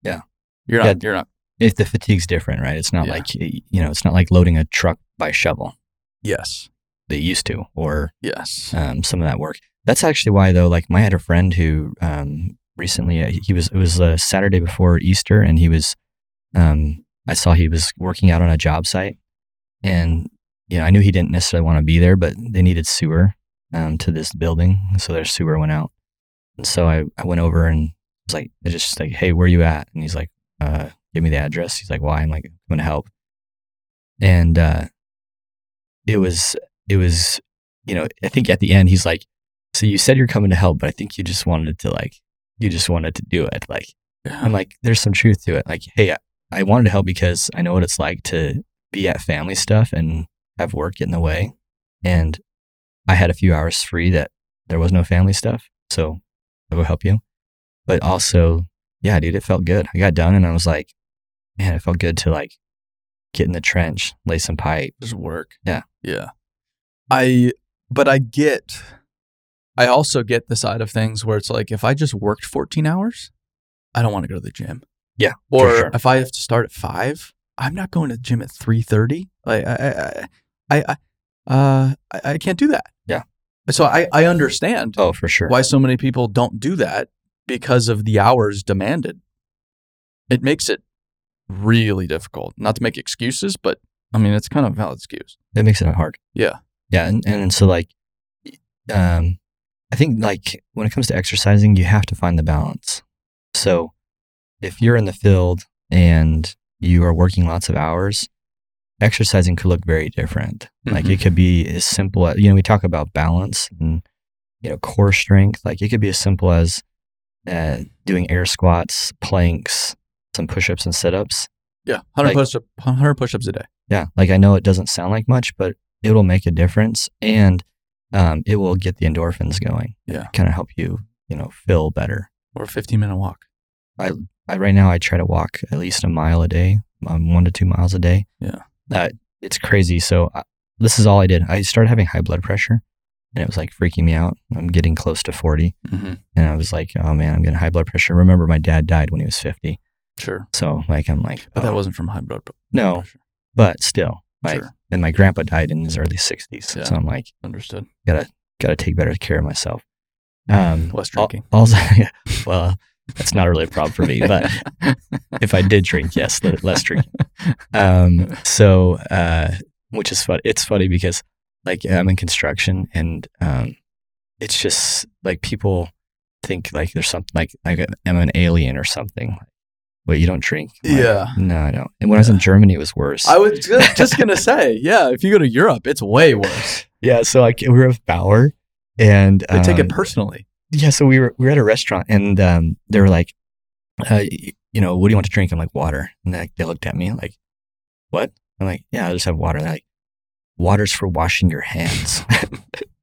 S1: Yeah.
S2: you're
S1: Yeah.
S2: not you're not
S1: if the fatigue's different, right? It's not
S2: Yeah.
S1: like you know, it's not like loading a truck by shovel
S2: yes
S1: they used to, or
S2: yes
S1: um, some of that work. That's actually why though. Like, my, I had a friend who um, recently uh, he- he was it was a Saturday before Easter, and he was um, I saw he was working out on a job site, and you know, I knew he didn't necessarily want to be there, but they needed sewer um, to this building, so their sewer went out, and so I I went over and was like, I just like, hey, where you at? And he's like, uh, give me the address. He's like, why? I'm like, I'm gonna help, and uh, it was it was you know, I think at the end he's like, "So you said you're coming to help, but I think you just wanted to like, you just wanted to do it." Like, I'm like, "There's some truth to it." Like, hey, I, I wanted to help because I know what it's like to be at family stuff and have work get in the way, and I had a few hours free that there was no family stuff, so I'll go help you. But also, yeah, dude, it felt good. I got done and I was like, man, it felt good to like get in the trench, lay some pipe.
S2: just work.
S1: Yeah.
S2: Yeah. I, but I get, I also get the side of things where it's like, if I just worked 14 hours, I don't want to go to the gym.
S1: Yeah, for
S2: Or
S1: sure.
S2: if I have to start at five, I'm not going to the gym at 3.30. Like I, I, I, I, uh, I, I can't do that.
S1: Yeah.
S2: So I, I understand
S1: Oh, for sure.
S2: why so many people don't do that because of the hours demanded. It makes it really difficult. Not to make excuses, but I mean, it's kind of a valid excuse.
S1: That makes it hard.
S2: Yeah.
S1: Yeah. And, and so like, um, I think like when it comes to exercising, you have to find the balance. So if you're in the field and you are working lots of hours, exercising could look very different. Like it could be as simple as, you know, we talk about balance and, you know, core strength. Like it could be as simple as uh, doing air squats, planks, some push ups and sit ups.
S2: Yeah, 100
S1: Like-
S2: push-up, 100 push-ups a day.
S1: Yeah. Like I know it doesn't sound like much, but it'll make a difference and um, it will get the endorphins going.
S2: Yeah.
S1: Kind of help you, you know, feel better.
S2: or a 15-minute walk.
S1: I, right now, I try to walk at least a mile a day, um, one to two miles a day.
S2: Yeah.
S1: Uh, it's crazy. So I, this is all I did. I started having high blood pressure and it was like freaking me out. I'm getting close to 40. And I was like, oh man, I'm getting high blood pressure. Remember, my dad died when he was 50.
S2: Sure,
S1: So like, I'm like,
S2: but that
S1: oh,
S2: wasn't from high blood pr-
S1: no,
S2: pressure.
S1: but still, like,
S2: Sure.
S1: and my grandpa died in his early 60s.
S2: Yeah.
S1: So I'm like,
S2: Understood.
S1: got to take better care of myself. Um,
S2: Less drinking.
S1: also, well, that's not really a problem for me, but if I did drink, yes, le- less drinking. Um, so, uh, which is funny. It's funny because like I'm in construction and, um, it's just like people think like there's something like, like I'm an alien or something. But you don't drink. I'm like,
S2: yeah.
S1: No, I don't. And when I was in Germany, it was worse.
S2: I was ju- just going to say, yeah, if you go to Europe, it's way worse.
S1: yeah. So like we were with Bauer and
S2: They take
S1: um,
S2: it personally.
S1: yeah, so we were we were at a restaurant and um, they were like, uh, y- you know, what do you want to drink? I'm like, water. And they, they looked at me like, what? I'm like, yeah, I'll just have water. They're like, water's for washing your hands.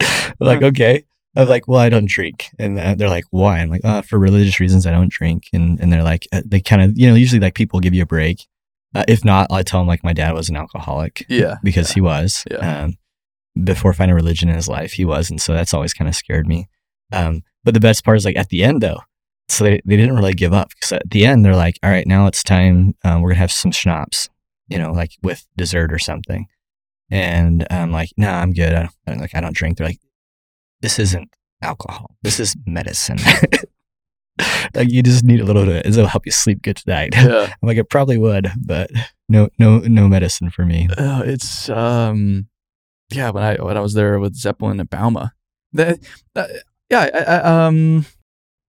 S1: I'm like, okay. I was like, well, I don't drink. And uh, they're like, why? I'm like, uh, for religious reasons, I don't drink. And and they're like, uh, they kind of, you know, usually like people give you a break. Uh, if not, I tell them like my dad was an alcoholic
S2: Yeah.
S1: because he was
S2: Yeah.
S1: um, before finding religion in his life he was and so that's always kind of scared me um, but the best part is like at the end though so they, they didn't really give up because at the end they're like all right now it's time um, we're gonna have some schnapps you know like with dessert or something and i'm like no i'm good I don't, I don't like i don't drink they're like this isn't alcohol. This is medicine. like you just need a little bit. It'll help you sleep good tonight.
S2: Yeah.
S1: I'm like, it probably would, but no, no, no medicine for me.
S2: Oh, it's um, yeah. When I when I was there with Zeppelin and Bauma, the, uh, yeah, I, I, um,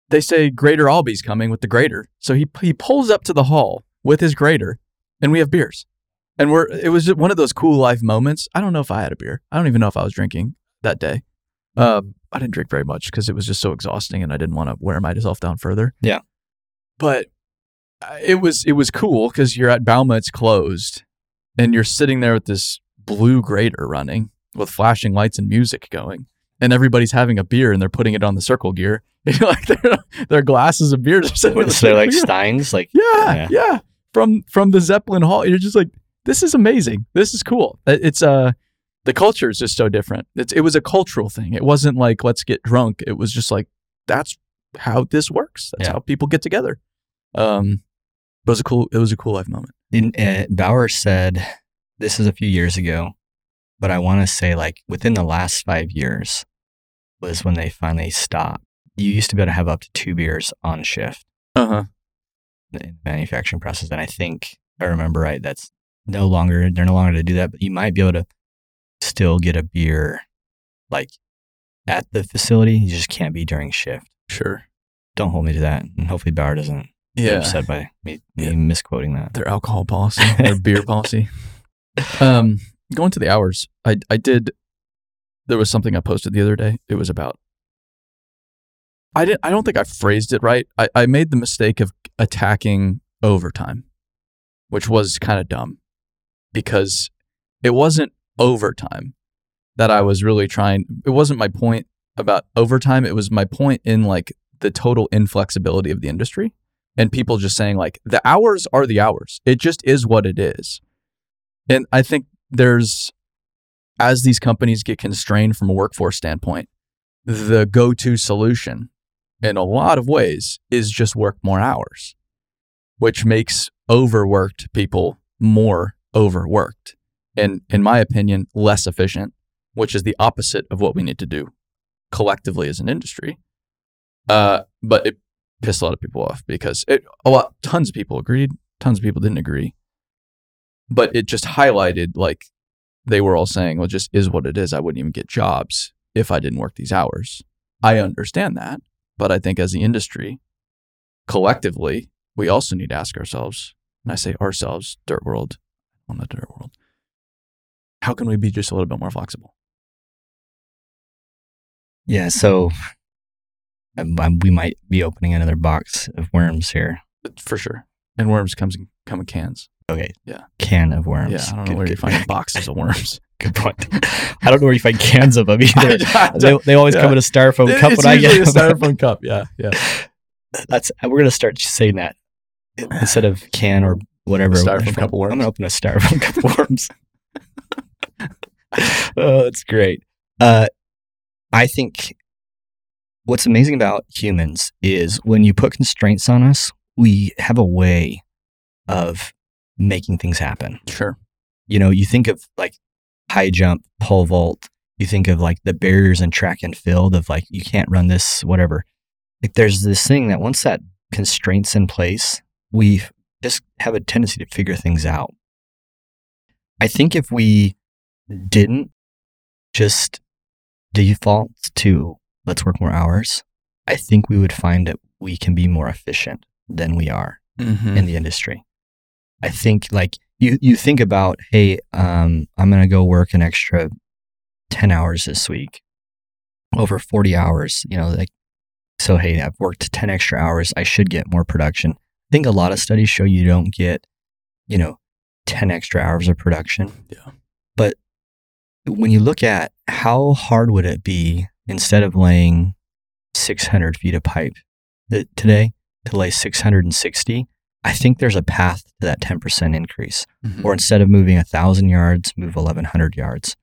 S2: they say Greater Albie's coming with the grader, so he he pulls up to the hall with his grader, and we have beers, and we're it was just one of those cool life moments. I don't know if I had a beer. I don't even know if I was drinking that day.
S1: Mm-hmm.
S2: Um, I didn't drink very much because it was just so exhausting, and I didn't want to wear myself down further.
S1: Yeah.
S2: but uh, it was it was cool because you're at Bauma, it's closed and you're sitting there with this blue grater running with flashing lights and music going and everybody's having a beer and they're putting it on the circle gear like their, their glasses of beers are sitting on the
S1: So they're
S2: circle
S1: like
S2: gear.
S1: Steins, like
S2: yeah, yeah from from the zeppelin hall you're just like this is amazing this is cool It- it's uh the culture is just so different it's, it was a cultural thing it wasn't like let's get drunk it was just like that's how this works that's
S1: Yeah.
S2: how people get together um it was a cool it was a cool life moment
S1: In, uh, Bauer said, this is a few years ago, but I want to say like within the last five years was when they finally stopped. You used to be able to have up to two beers on shift
S2: uh-huh
S1: in the manufacturing process. And I think if I remember right, that's no longer, they're no longer to do that, but you might be able to still get a beer like at the facility. You just can't be during shift.
S2: sure
S1: Don't hold me to that. And hopefully Bauer doesn't get
S2: yeah
S1: upset by me, me
S2: Yeah.
S1: misquoting that.
S2: their alcohol policy, their beer policy. Um, going to the hours, I I did. There was something I posted the other day. It was about. I didn't. I don't think I phrased it right. I, I made the mistake of attacking overtime, which was kind of dumb, because it wasn't overtime that I was really trying. It wasn't my point about overtime. It was my point in like the total inflexibility of the industry and people just saying like the hours are the hours. It just is what it is. And I think there's as these companies get constrained from a workforce standpoint, the go-to solution in a lot of ways is just work more hours, which makes overworked people more overworked and in my opinion less efficient, which is the opposite of what we need to do collectively as an industry. Uh, but it pissed a lot of people off because it a lot tons of people agreed, tons of people didn't agree. But it just highlighted like they were all saying, well, it just is what it is. I wouldn't even get jobs if I didn't work these hours. I understand that, but I think as the industry, collectively, we also need to ask ourselves, and I say ourselves, dirt world, on the dirt world, how can we be just a little bit more flexible?
S1: Yeah, so um, um, we might be opening another box of worms here.
S2: For sure. And worms comes in, come in cans.
S1: Okay.
S2: Yeah.
S1: Can of worms.
S2: Yeah, I don't know
S1: Good-
S2: where you
S1: good-
S2: find boxes of worms.
S1: Good point. I don't know where you find cans of them either.
S2: I- I-
S1: they, they always
S2: yeah.
S1: come in a styrofoam
S2: It-
S1: cup,
S2: it's
S1: but I get
S2: usually a
S1: them.
S2: styrofoam cup. Yeah, yeah.
S1: That's we're gonna start saying that instead of can or whatever.
S2: Styrofoam cup of worms.
S1: I'm gonna open a styrofoam cup of worms. oh, that's great. Uh, I think what's amazing about humans is when you put constraints on us, we have a way of making things happen.
S2: Sure.
S1: You know, you think of like high jump, pole vault, you think of like the barriers in track and field of like, you can't run this, whatever. Like, there's this thing that once that constraint's in place, we just have a tendency to figure things out. I think if we didn't just default to let's work more hours, I think we would find that we can be more efficient than we are
S2: Mm-hmm.
S1: in the industry. I think like you you think about, hey, um, I'm gonna go work an extra ten hours this week, over forty hours, you know, like so hey, I've worked ten extra hours, I should get more production. I think a lot of studies show you don't get, you know, ten extra hours of production
S2: Yeah.
S1: when you look at how hard would it be instead of laying 600 feet of pipe th- today to lay 660 i think there's a path to that 10% increase
S2: Mm-hmm.
S1: or instead of moving 1000 yards move 1100 yards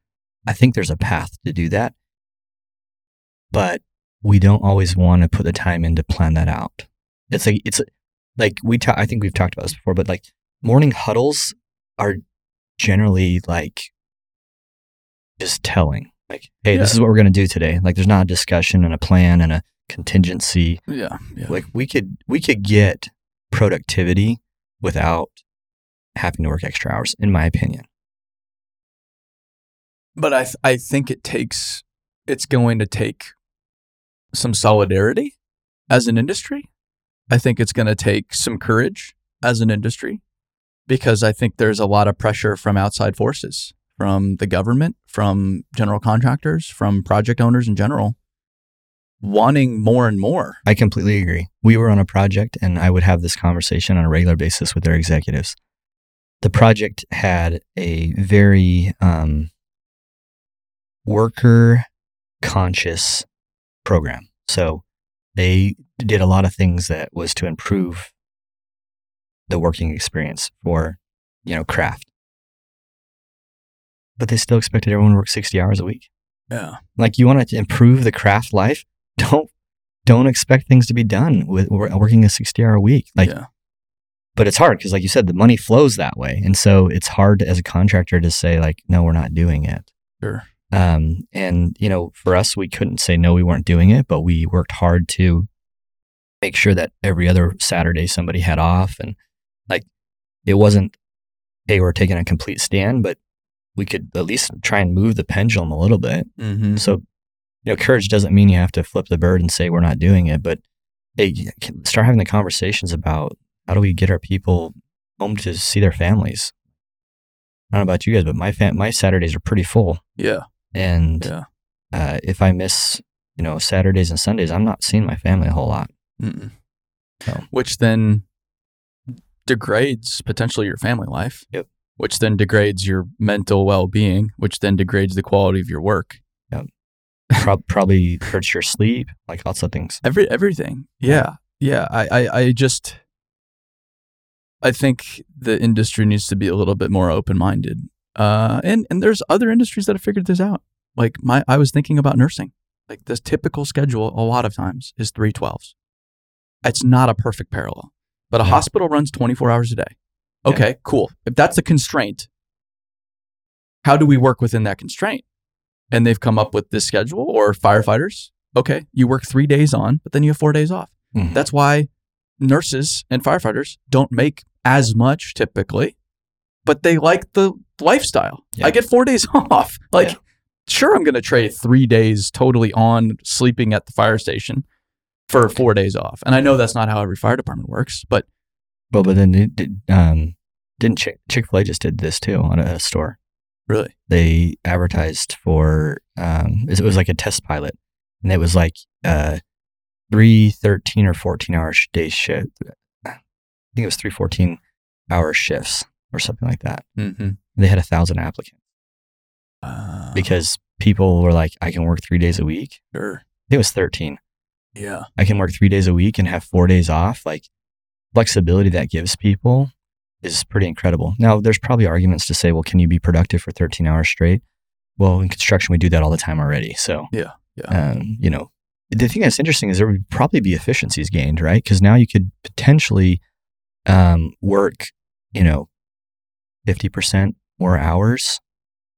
S1: i think there's a path to do that but we don't always want to put the time in to plan that out it's like it's like we ta- i think we've talked about this before but like morning huddles are generally like just telling Like, hey, this
S2: Yeah.
S1: is what we're going to do today. Like, there's not a discussion and a plan and a contingency.
S2: Yeah. Yeah.
S1: like we could we could get productivity without having to work extra hours in my opinion
S2: but I th- I think it takes it's going to take some solidarity as an industry. I think it's going to take some courage as an industry because I think there's a lot of pressure from outside forces, from the government, from general contractors, from project owners in general wanting more and more.
S1: i completely agree we were on a project and i would have this conversation on a regular basis with their executives the project had a very um, worker conscious program so they did a lot of things that was to improve the working experience for you know craft but they still expected everyone to work 60 hours a week
S2: Yeah.
S1: like you want to improve the craft life don't don't expect things to be done with wor- working a 60 hour week like
S2: yeah.
S1: but it's hard because like you said the money flows that way and so it's hard as a contractor to say like no we're not doing it
S2: Sure.
S1: um, and you know for us we couldn't say no we weren't doing it but we worked hard to make sure that every other saturday somebody had off and like it wasn't hey we're taking a complete stand but we could at least try and move the pendulum a little bit
S2: Mm-hmm.
S1: so, you know, courage doesn't mean you have to flip the bird and say we're not doing it, but hey, you can start having the conversations about how do we get our people home to see their families. I don't know about you guys, but my fam- my Saturdays are pretty full,
S2: Yeah.
S1: and
S2: Yeah.
S1: uh, if I miss, you know, Saturdays and Sundays, I'm not seeing my family a whole lot.
S2: Mm-mm.
S1: So-
S2: Which then degrades potentially your family life.
S1: Yep.
S2: Which then degrades your mental well being, which then degrades the quality of your work.
S1: Prob- probably hurts your sleep, like lots of things.
S2: Every everything. Yeah. Yeah. I, I, I just I think the industry needs to be a little bit more open minded. Uh and, and there's other industries that have figured this out. Like my I was thinking about nursing. Like this typical schedule a lot of times is three twelves. It's not a perfect parallel. But a
S1: No.
S2: hospital runs twenty four hours a day.
S1: Yeah.
S2: Okay, cool. If that's the constraint, how do we work within that constraint? And they've come up with this schedule or firefighters. Okay, you work three days on, but then you have four days off.
S1: Mhm.
S2: That's why nurses and firefighters don't make as much typically, but they like the lifestyle.
S1: Yeah.
S2: I get four days off. Like,
S1: Yeah.
S2: sure, I'm going to trade three days totally on sleeping at the fire station for four days off. And I know that's not how every fire department works, but
S1: Well, but then it did, um, didn't Chick Chick Fil A just did this too on a- a store?
S2: really,
S1: they advertised for um it was like a test pilot and it was like uh three 13 or 14 hour sh- day shift i think it was three 14 hour shifts or something like that
S2: mm-hmm.
S1: they had a thousand applicants
S2: uh,
S1: because people were like i can work three days a week
S2: sure.
S1: I think it was 13
S2: Yeah.
S1: i can work three days a week and have four days off like flexibility that gives people is pretty incredible now there's probably arguments to say well can you be productive for 13 hours straight well in construction we do that all the time already so um, you know, the thing that's interesting is there would probably be efficiencies gained, right? Because now you could potentially um, work, you know, 50% more hours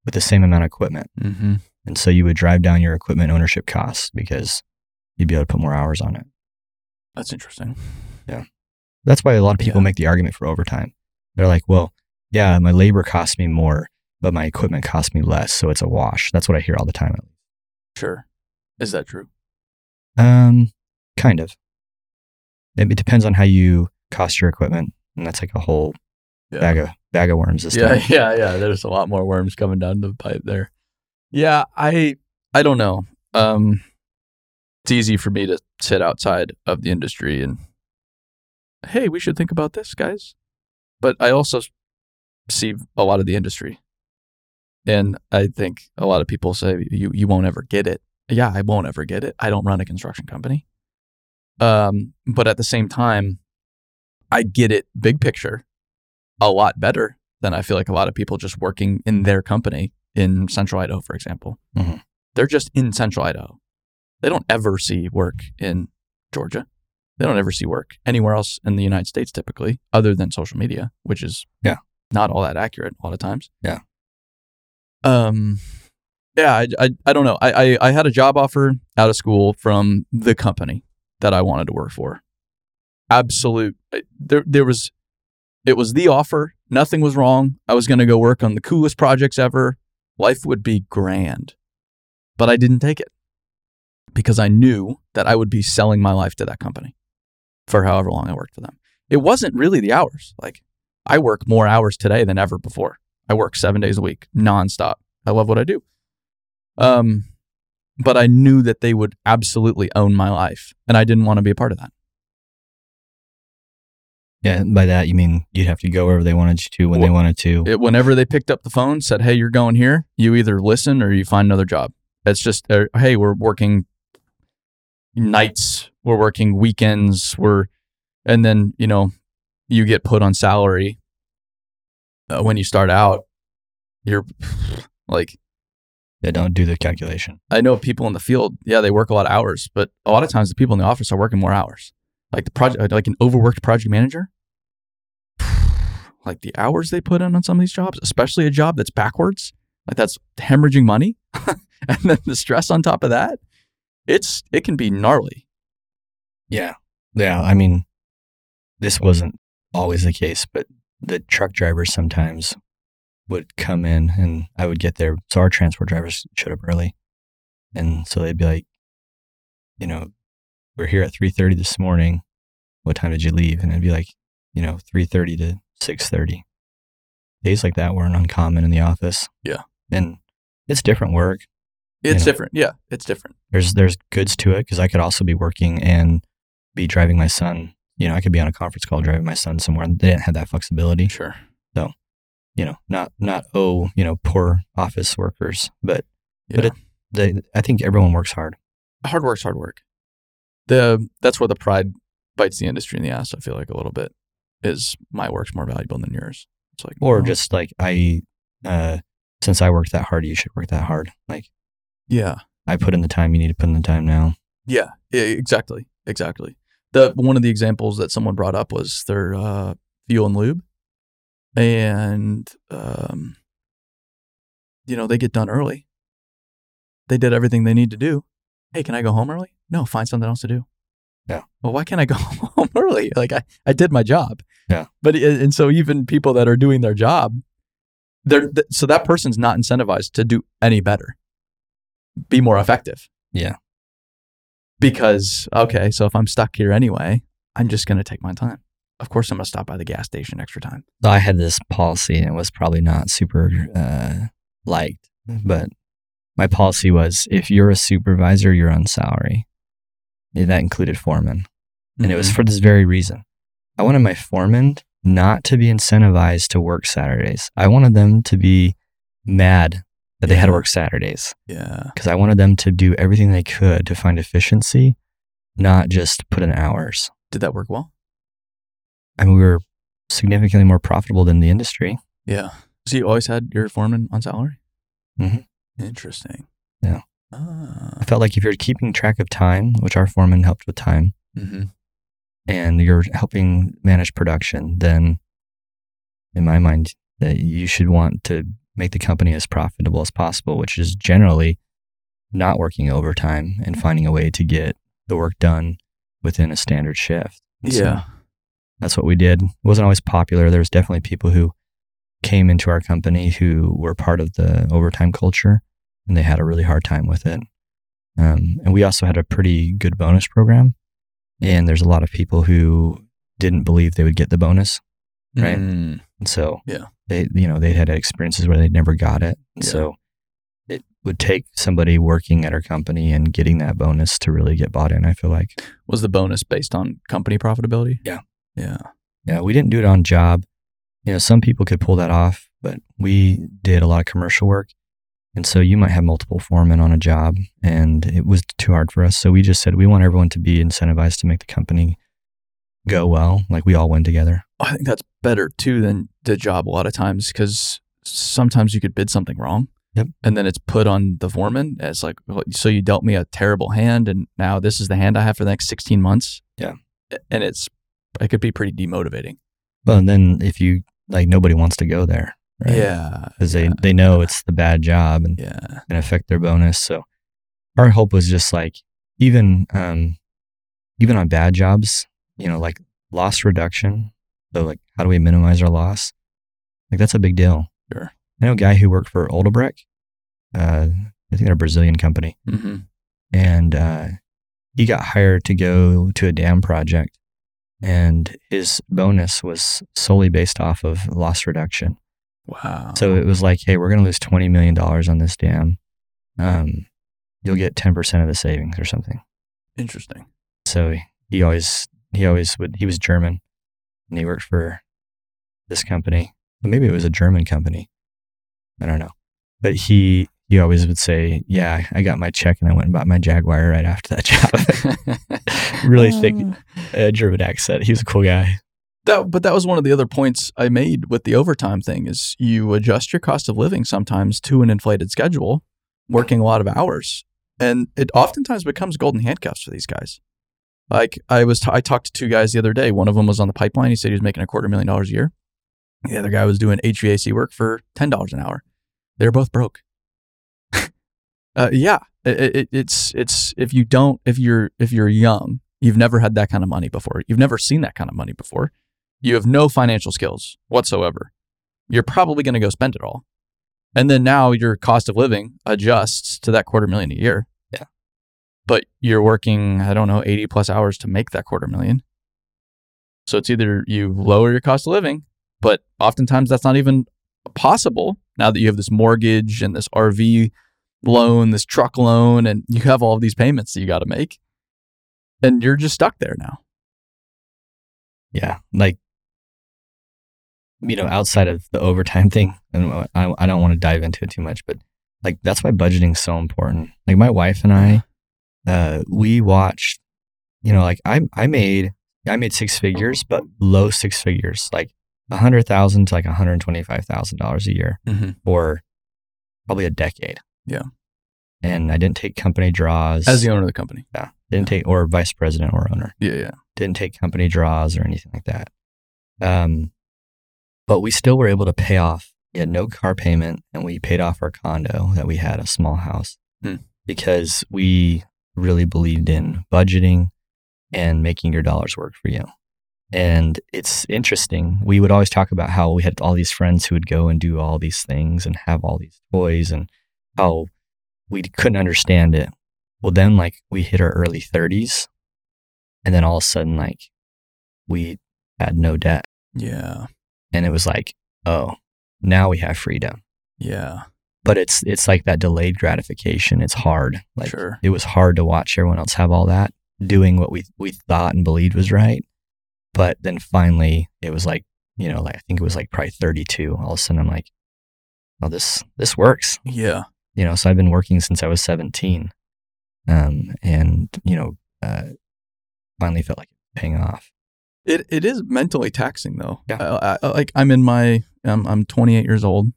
S1: with the same amount of equipment.
S2: Mm-hmm.
S1: And so you would drive down your equipment ownership costs because you'd be able to put more hours on it.
S2: That's interesting.
S1: That's why a lot of people
S2: Yeah.
S1: make the argument for overtime. They're like, well, yeah, my labor costs me more, but my equipment costs me less. So it's a wash. That's what I hear all the time.
S2: Sure. Is that true?
S1: Um, kind of. It, it depends on how you cost your equipment, and that's like a whole
S2: Yeah.
S1: bag of bag of worms. This
S2: yeah,
S1: time.
S2: yeah, yeah. There's a lot more worms coming down the pipe there. Yeah, I I don't know. Um it's easy for me to sit outside of the industry and hey, we should think about this, guys. But I also s- see a lot of the industry. And I think a lot of people say you you won't ever get it. Yeah, I won't ever get it. I don't run a construction company. Um, but at the same time, I get it big picture a lot better than I feel like a lot of people just working in their company in Central Idaho, for example.
S1: Mhm.
S2: They're just in Central Idaho. They don't ever see work in Georgia. They don't ever see work anywhere else in the United States, typically, other than social media, which is
S1: Yeah.
S2: not all that accurate a lot of times.
S1: Yeah.
S2: Um, yeah, I, I, I don't know. I, I, I had a job offer out of school from the company that I wanted to work for. Absolute. I- There, there was, it was the offer. Nothing was wrong. I was going to go work on the coolest projects ever. Life would be grand. But I didn't take it because I knew that I would be selling my life to that company for however long I worked for them. It wasn't really the hours. Like, I work more hours today than ever before. I work seven days a week, nonstop. I love what I do. Um, but I knew that they would absolutely own my life, and I didn't want to be a part of that.
S1: Yeah, and by that you mean you'd have to go wherever they wanted you to when they
S2: Well,
S1: wanted to.
S2: It, whenever they picked up the phone, said, "Hey, you're going here," you either listen or you find another job. It's just, uh, "Hey, we're working nights, we're working weekends, we're," and then you know, you get put on salary uh, when you start out. You're like
S1: They don't do the calculation.
S2: I know people in the field, yeah, they work a lot of hours, but a lot of times the people in the office are working more hours. Like the project, like an overworked project manager, like the hours they put in on some of these jobs, especially a job that's backwards, like that's hemorrhaging money, and then the stress on top of that, it's it can be gnarly.
S1: Yeah. Yeah. I mean, this wasn't always the case, but the truck drivers sometimes would come in and I would get there. So our transport drivers showed up early. And so they'd be like, you know, we're here at 3.30 this morning. What time did you leave? And it'd be like, you know, 3.30 to 6.30. Days like that weren't uncommon in the office.
S2: Yeah.
S1: And it's different work
S2: It's
S1: Yeah.
S2: different, yeah, it's different.
S1: there's there's goods to it because I could also be working and be driving my son. You know, I could be on a conference call driving my son somewhere. They didn't have that flexibility.
S2: Sure,
S1: You know, not not oh, you know, poor office workers, but
S2: Yeah.
S1: but it, they, I think everyone works hard.
S2: hard work's hard work. The that's where the pride bites the industry in the ass. I feel like a little bit is my work's more valuable than yours. It's like
S1: Or
S2: well,
S1: just like I, uh, since I worked that hard, you should work that hard. Like
S2: yeah.
S1: I put in the time, you need to put in the time now.
S2: Yeah, e- exactly, exactly. The one of the examples that someone brought up was their uh, fuel and lube, and um, you know they get done early. They did everything they need to do. Hey, can I go home early? No, find something else to do.
S1: Yeah.
S2: Well, why can't I go home early? Like I, I did my job.
S1: Yeah.
S2: But i- and so even people that are doing their job, they're th- so that person's not incentivized to do any better, be more effective because okay, so if I'm stuck here anyway, I'm just gonna take my time. Of course, I'm gonna stop by the gas station extra time.
S1: So I had this policy and it was probably not super uh, liked, but my policy was if you're a supervisor, you're on salary. And that included foremen. And it was for this very reason. I wanted my foremen not to be incentivized to work Saturdays. I wanted them to be mad that they had to work Saturdays
S2: yeah,
S1: because I wanted them to do everything they could to find efficiency, not just put in hours.
S2: did that work well?
S1: I mean, we were significantly more profitable than the industry.
S2: Yeah. So you always had your foreman on salary.
S1: Mhm.
S2: Mm-hmm. Interesting.
S1: Yeah.
S2: Ah.
S1: I felt like if you're keeping track of time, which our foreman helped with time,
S2: Mm-hmm.
S1: and you're helping manage production, then in my mind, that you should want to make the company as profitable as possible, which is generally not working overtime and finding a way to get the work done within a standard shift. And so
S2: Yeah.
S1: that's what we did. It wasn't always popular. There was definitely people who came into our company who were part of the overtime culture and they had a really hard time with it. Um, and we also had a pretty good bonus program. And there's a lot of people who didn't believe they would get the bonus. Right.
S2: Mm.
S1: And so
S2: Yeah.
S1: they, you know, they had experiences where they never got it. And
S2: Yeah.
S1: so it would take somebody working at our company and getting that bonus to really get bought in, I feel like.
S2: Was the bonus based on company profitability?
S1: Yeah.
S2: Yeah.
S1: Yeah, we didn't do it on job. You know, some people could pull that off, but we did a lot of commercial work. And so you might have multiple foremen on a job, and it was too hard for us. So we just said we want everyone to be incentivized to make the company go well. Like we all win together.
S2: I think that's better too than the job a lot of times because sometimes you could bid something wrong.
S1: Yep.
S2: And then it's put on the foreman as like, well, so you dealt me a terrible hand and now this is the hand I have for the next 16 months.
S1: Yeah.
S2: And it's, it could be pretty demotivating.
S1: But then if you like, nobody wants to go there. right?
S2: Yeah.
S1: because
S2: yeah,
S1: they they know it's the bad job and
S2: yeah.
S1: and affect their bonus. So our hope was just like even um even on bad jobs, you know, like loss reduction. So like how do we minimize our loss? Like that's a big deal.
S2: Sure.
S1: I know a guy who worked for Odebrecht. Uh I think they're a Brazilian company.
S2: Mm-hmm.
S1: And uh he got hired to go to a dam project and his bonus was solely based off of loss reduction.
S2: Wow.
S1: So it was like, hey, we're going to lose $20 million on this dam. Um, you'll get 10% of the savings or something.
S2: interesting.
S1: So he always, he always would, he was German and he worked for this company. But maybe it was a German company. I don't know. But he, he always would say, yeah, I got my check and I went and bought my Jaguar right after that job. really thick uh, German accent. He was a cool guy.
S2: That, but that was one of the other points I made with the overtime thing is you adjust your cost of living sometimes to an inflated schedule, working a lot of hours, and it oftentimes becomes golden handcuffs for these guys. Like I was, t- I talked to two guys the other day. One of them was on the pipeline. He said he was making a quarter million dollars a year. The other guy was doing HVAC work for ten dollars an hour. They're both broke. uh, yeah, it, it, it's it's if you don't if you're if you're young, you've never had that kind of money before. You've never seen that kind of money before. You have no financial skills whatsoever. You're probably going to go spend it all. And then now your cost of living adjusts to that quarter million a year.
S1: Yeah.
S2: But you're working, I don't know, 80 plus hours to make that quarter million. So it's either you lower your cost of living, but oftentimes that's not even possible now that you have this mortgage and this RV loan, this truck loan, and you have all of these payments that you got to make. And you're just stuck there now.
S1: Yeah. Like, you know, outside of the overtime thing, and I, I don't want to dive into it too much, but like that's why budgeting's so important. Like my wife and I, uh, we watched, you know, like I I made I made six figures, but low six figures, like a hundred thousand to like one hundred twenty five thousand dollars a year
S2: Mhm.
S1: for probably a decade.
S2: Yeah.
S1: And I didn't take company draws.
S2: As the owner of the company.
S1: yeah, didn't take or vice president or owner
S2: Yeah, yeah.
S1: didn't take company draws or anything like that. Um, but we still were able to pay off. We had no car payment, and we paid off our condo that we had, a small house,
S2: Hmm.
S1: because we really believed in budgeting and making your dollars work for you. And it's interesting. We would always talk about how we had all these friends who would go and do all these things and have all these toys, and how we couldn't understand it. Well, then, like, we hit our early 30s, and then all of a sudden, like, we had no debt.
S2: Yeah.
S1: And it was like, oh, now we have freedom.
S2: Yeah.
S1: But it's it's like that delayed gratification. It's hard. Like
S2: sure.
S1: it was hard to watch everyone else have all that, doing what we we thought and believed was right. But then finally it was like, you know, like I think it was like probably thirty two. All of a sudden I'm like, oh this this works.
S2: Yeah.
S1: you know so i've been working since i was 17 um, and you know uh, finally felt like paying off
S2: It it is mentally taxing though. Uh,
S1: Yeah.
S2: I, I, like I'm in my um, I'm 28 years old.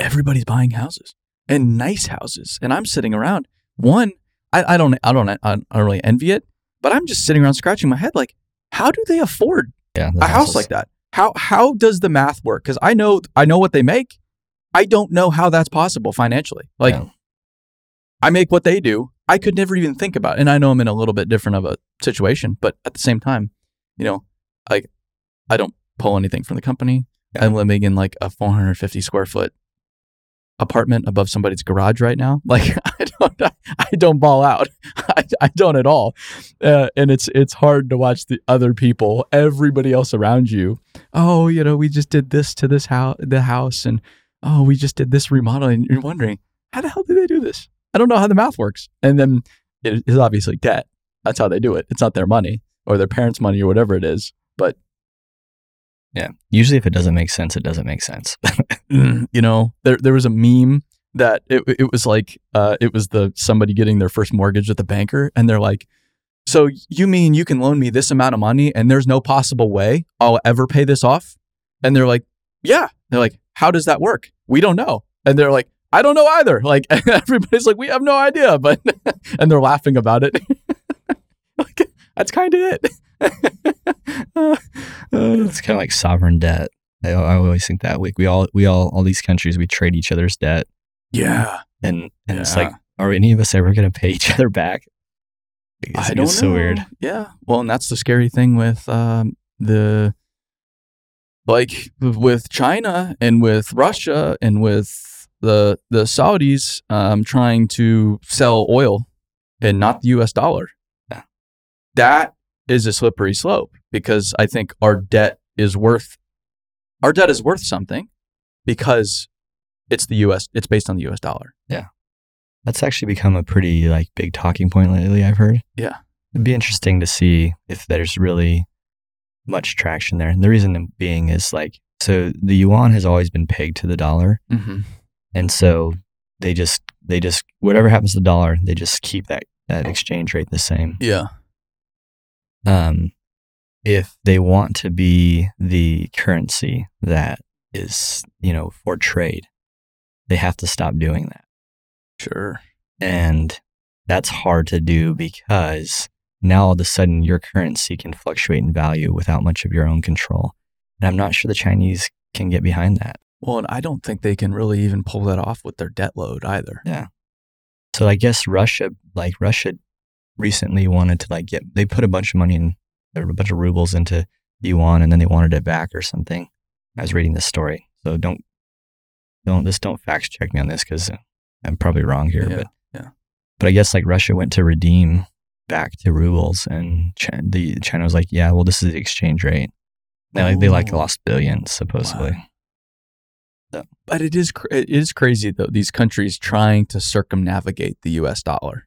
S2: Everybody's buying houses and nice houses, and I'm sitting around. One, I, I don't I don't I don't really envy it, but I'm just sitting around scratching my head like, how do they afford
S1: yeah
S2: a house like that? How how does the math work? Because I know I know what they make. I don't know how that's possible financially. Like
S1: Yeah.
S2: I make what they do. I could never even think about. It. And I know I'm in a little bit different of a situation, but at the same time, you know, I I don't pull anything from the company.
S1: Yeah.
S2: I'm living in like a 450 square foot apartment above somebody's garage right now. Like I don't I don't ball out. I, I don't at all. Uh, and it's it's hard to watch the other people, everybody else around you. Oh, you know, we just did this to this house, the house, and oh, we just did this remodel, and you're wondering how the hell did they do this? I don't know how the math works. And then it is obviously debt. That's how they do it. It's not their money or their parents' money or whatever it is.
S1: yeah usually if it doesn't make sense it doesn't make sense
S2: Mm, you know, there there was a meme that it it was like uh, it was the somebody getting their first mortgage with the banker, and they're like, "So you mean you can loan me this amount of money, and there's no possible way I'll ever pay this off?" And they're like, "Yeah." They're like, "How does that work? We don't know." And they're like, "I don't know either." Like everybody's like, "We have no idea," but and they're laughing about it. like that's kind of it. Uh, uh,
S1: it's kind of like sovereign debt I, I always think that like we all we all all these countries we trade each other's debt
S2: Yeah.
S1: and and it's
S2: Yeah.
S1: like are any of us ever gonna pay each other back? Like, It's,
S2: I don't
S1: it's so
S2: know.
S1: weird.
S2: Yeah. Well, and that's the scary thing with um, the like with China and with Russia and with the the Saudis um, trying to sell oil and not the U.S. dollar.
S1: Yeah.
S2: That is a slippery slope because I think our debt is worth our debt is worth something because it's the U.S. It's based on the U.S. dollar.
S1: That's actually become a pretty like big talking point lately. I've heard.
S2: Yeah.
S1: it'd be interesting to see if there's really much traction there. And the reason being is like so the yuan has always been pegged to the dollar,
S2: Mm-hmm.
S1: and so they just they just whatever happens to the dollar, they just keep that that exchange rate the same.
S2: Yeah.
S1: um, if they want to be the currency that is, you know, for trade, they have to stop doing that.
S2: Sure.
S1: And that's hard to do because now all of a sudden your currency can fluctuate in value without much of your own control. And I'm not sure the Chinese can get behind that.
S2: Well, and I don't think they can really even pull that off with their debt load either.
S1: So I guess Russia, like Russia recently wanted to like get, they put a bunch of money in, or a bunch of rubles into yuan and then they wanted it back or something. I was reading this story. So don't, don't, this don't fact check me on this because I'm probably wrong here.
S2: Yeah,
S1: but,
S2: yeah.
S1: but I guess like Russia went to redeem back to rubles and China, the China was like, yeah, well, this is the exchange rate. They like, they like
S2: Oh.
S1: lost billions supposedly.
S2: But it is cr- it is crazy though these countries trying to circumnavigate the US dollar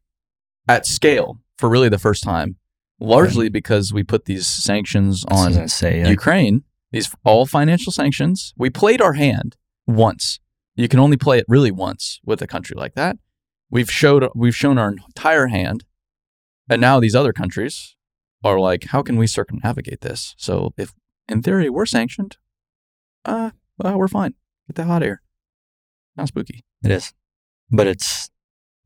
S2: at scale for really the first time, largely because we put these sanctions
S1: That's what I was
S2: on
S1: gonna say, like,
S2: Ukraine, these all financial sanctions. We played our hand once. You can only play it really once with a country like that. We've showed we've shown our entire hand, and now these other countries are like, how can we circumnavigate this? So if in theory we're sanctioned, uh, well, we're fine. Get the hot air. Not spooky.
S1: It is, but it's,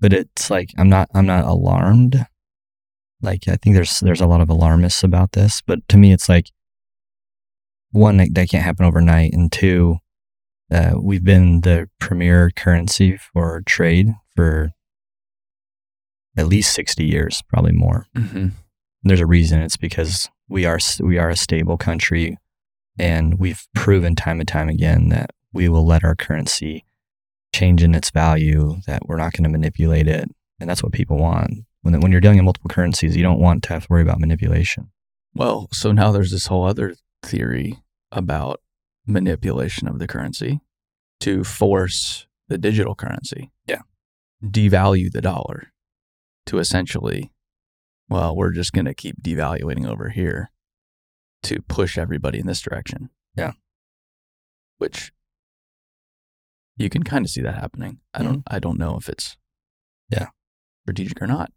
S1: but it's like I'm not I'm not alarmed. Like I think there's there's a lot of alarmists about this, but to me it's like one like, that can't happen overnight, and two, uh, we've been the premier currency for trade for at least sixty years, probably more.
S2: Mm-hmm.
S1: There's a reason. It's because we are s- we are a stable country, and we've proven time and time again that we will let our currency change in its value. That we're not going to manipulate it, and that's what people want. When when you're dealing in multiple currencies, you don't want to have to worry about manipulation.
S2: Well, so now there's this whole other theory about manipulation of the currency to force the digital currency.
S1: Yeah.
S2: Devalue the dollar to essentially, well, we're just going to keep devaluing over here to push everybody in this direction.
S1: Yeah.
S2: Which you can kind of see that happening. I don't I don't know if it's
S1: Mm-hmm. Yeah.
S2: strategic or not,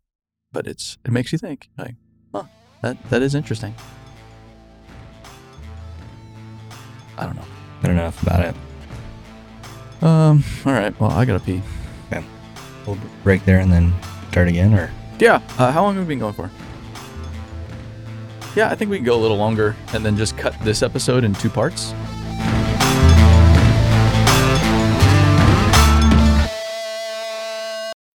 S2: but it's it makes you think like, huh, that that is interesting. I don't know.
S1: But enough about it.
S2: Um. All right. Well, I gotta pee.
S1: We'll break there and then start again, or
S2: Yeah. Uh, how long have we been going for? Yeah, I think we can go a little longer and then just cut this episode in two parts.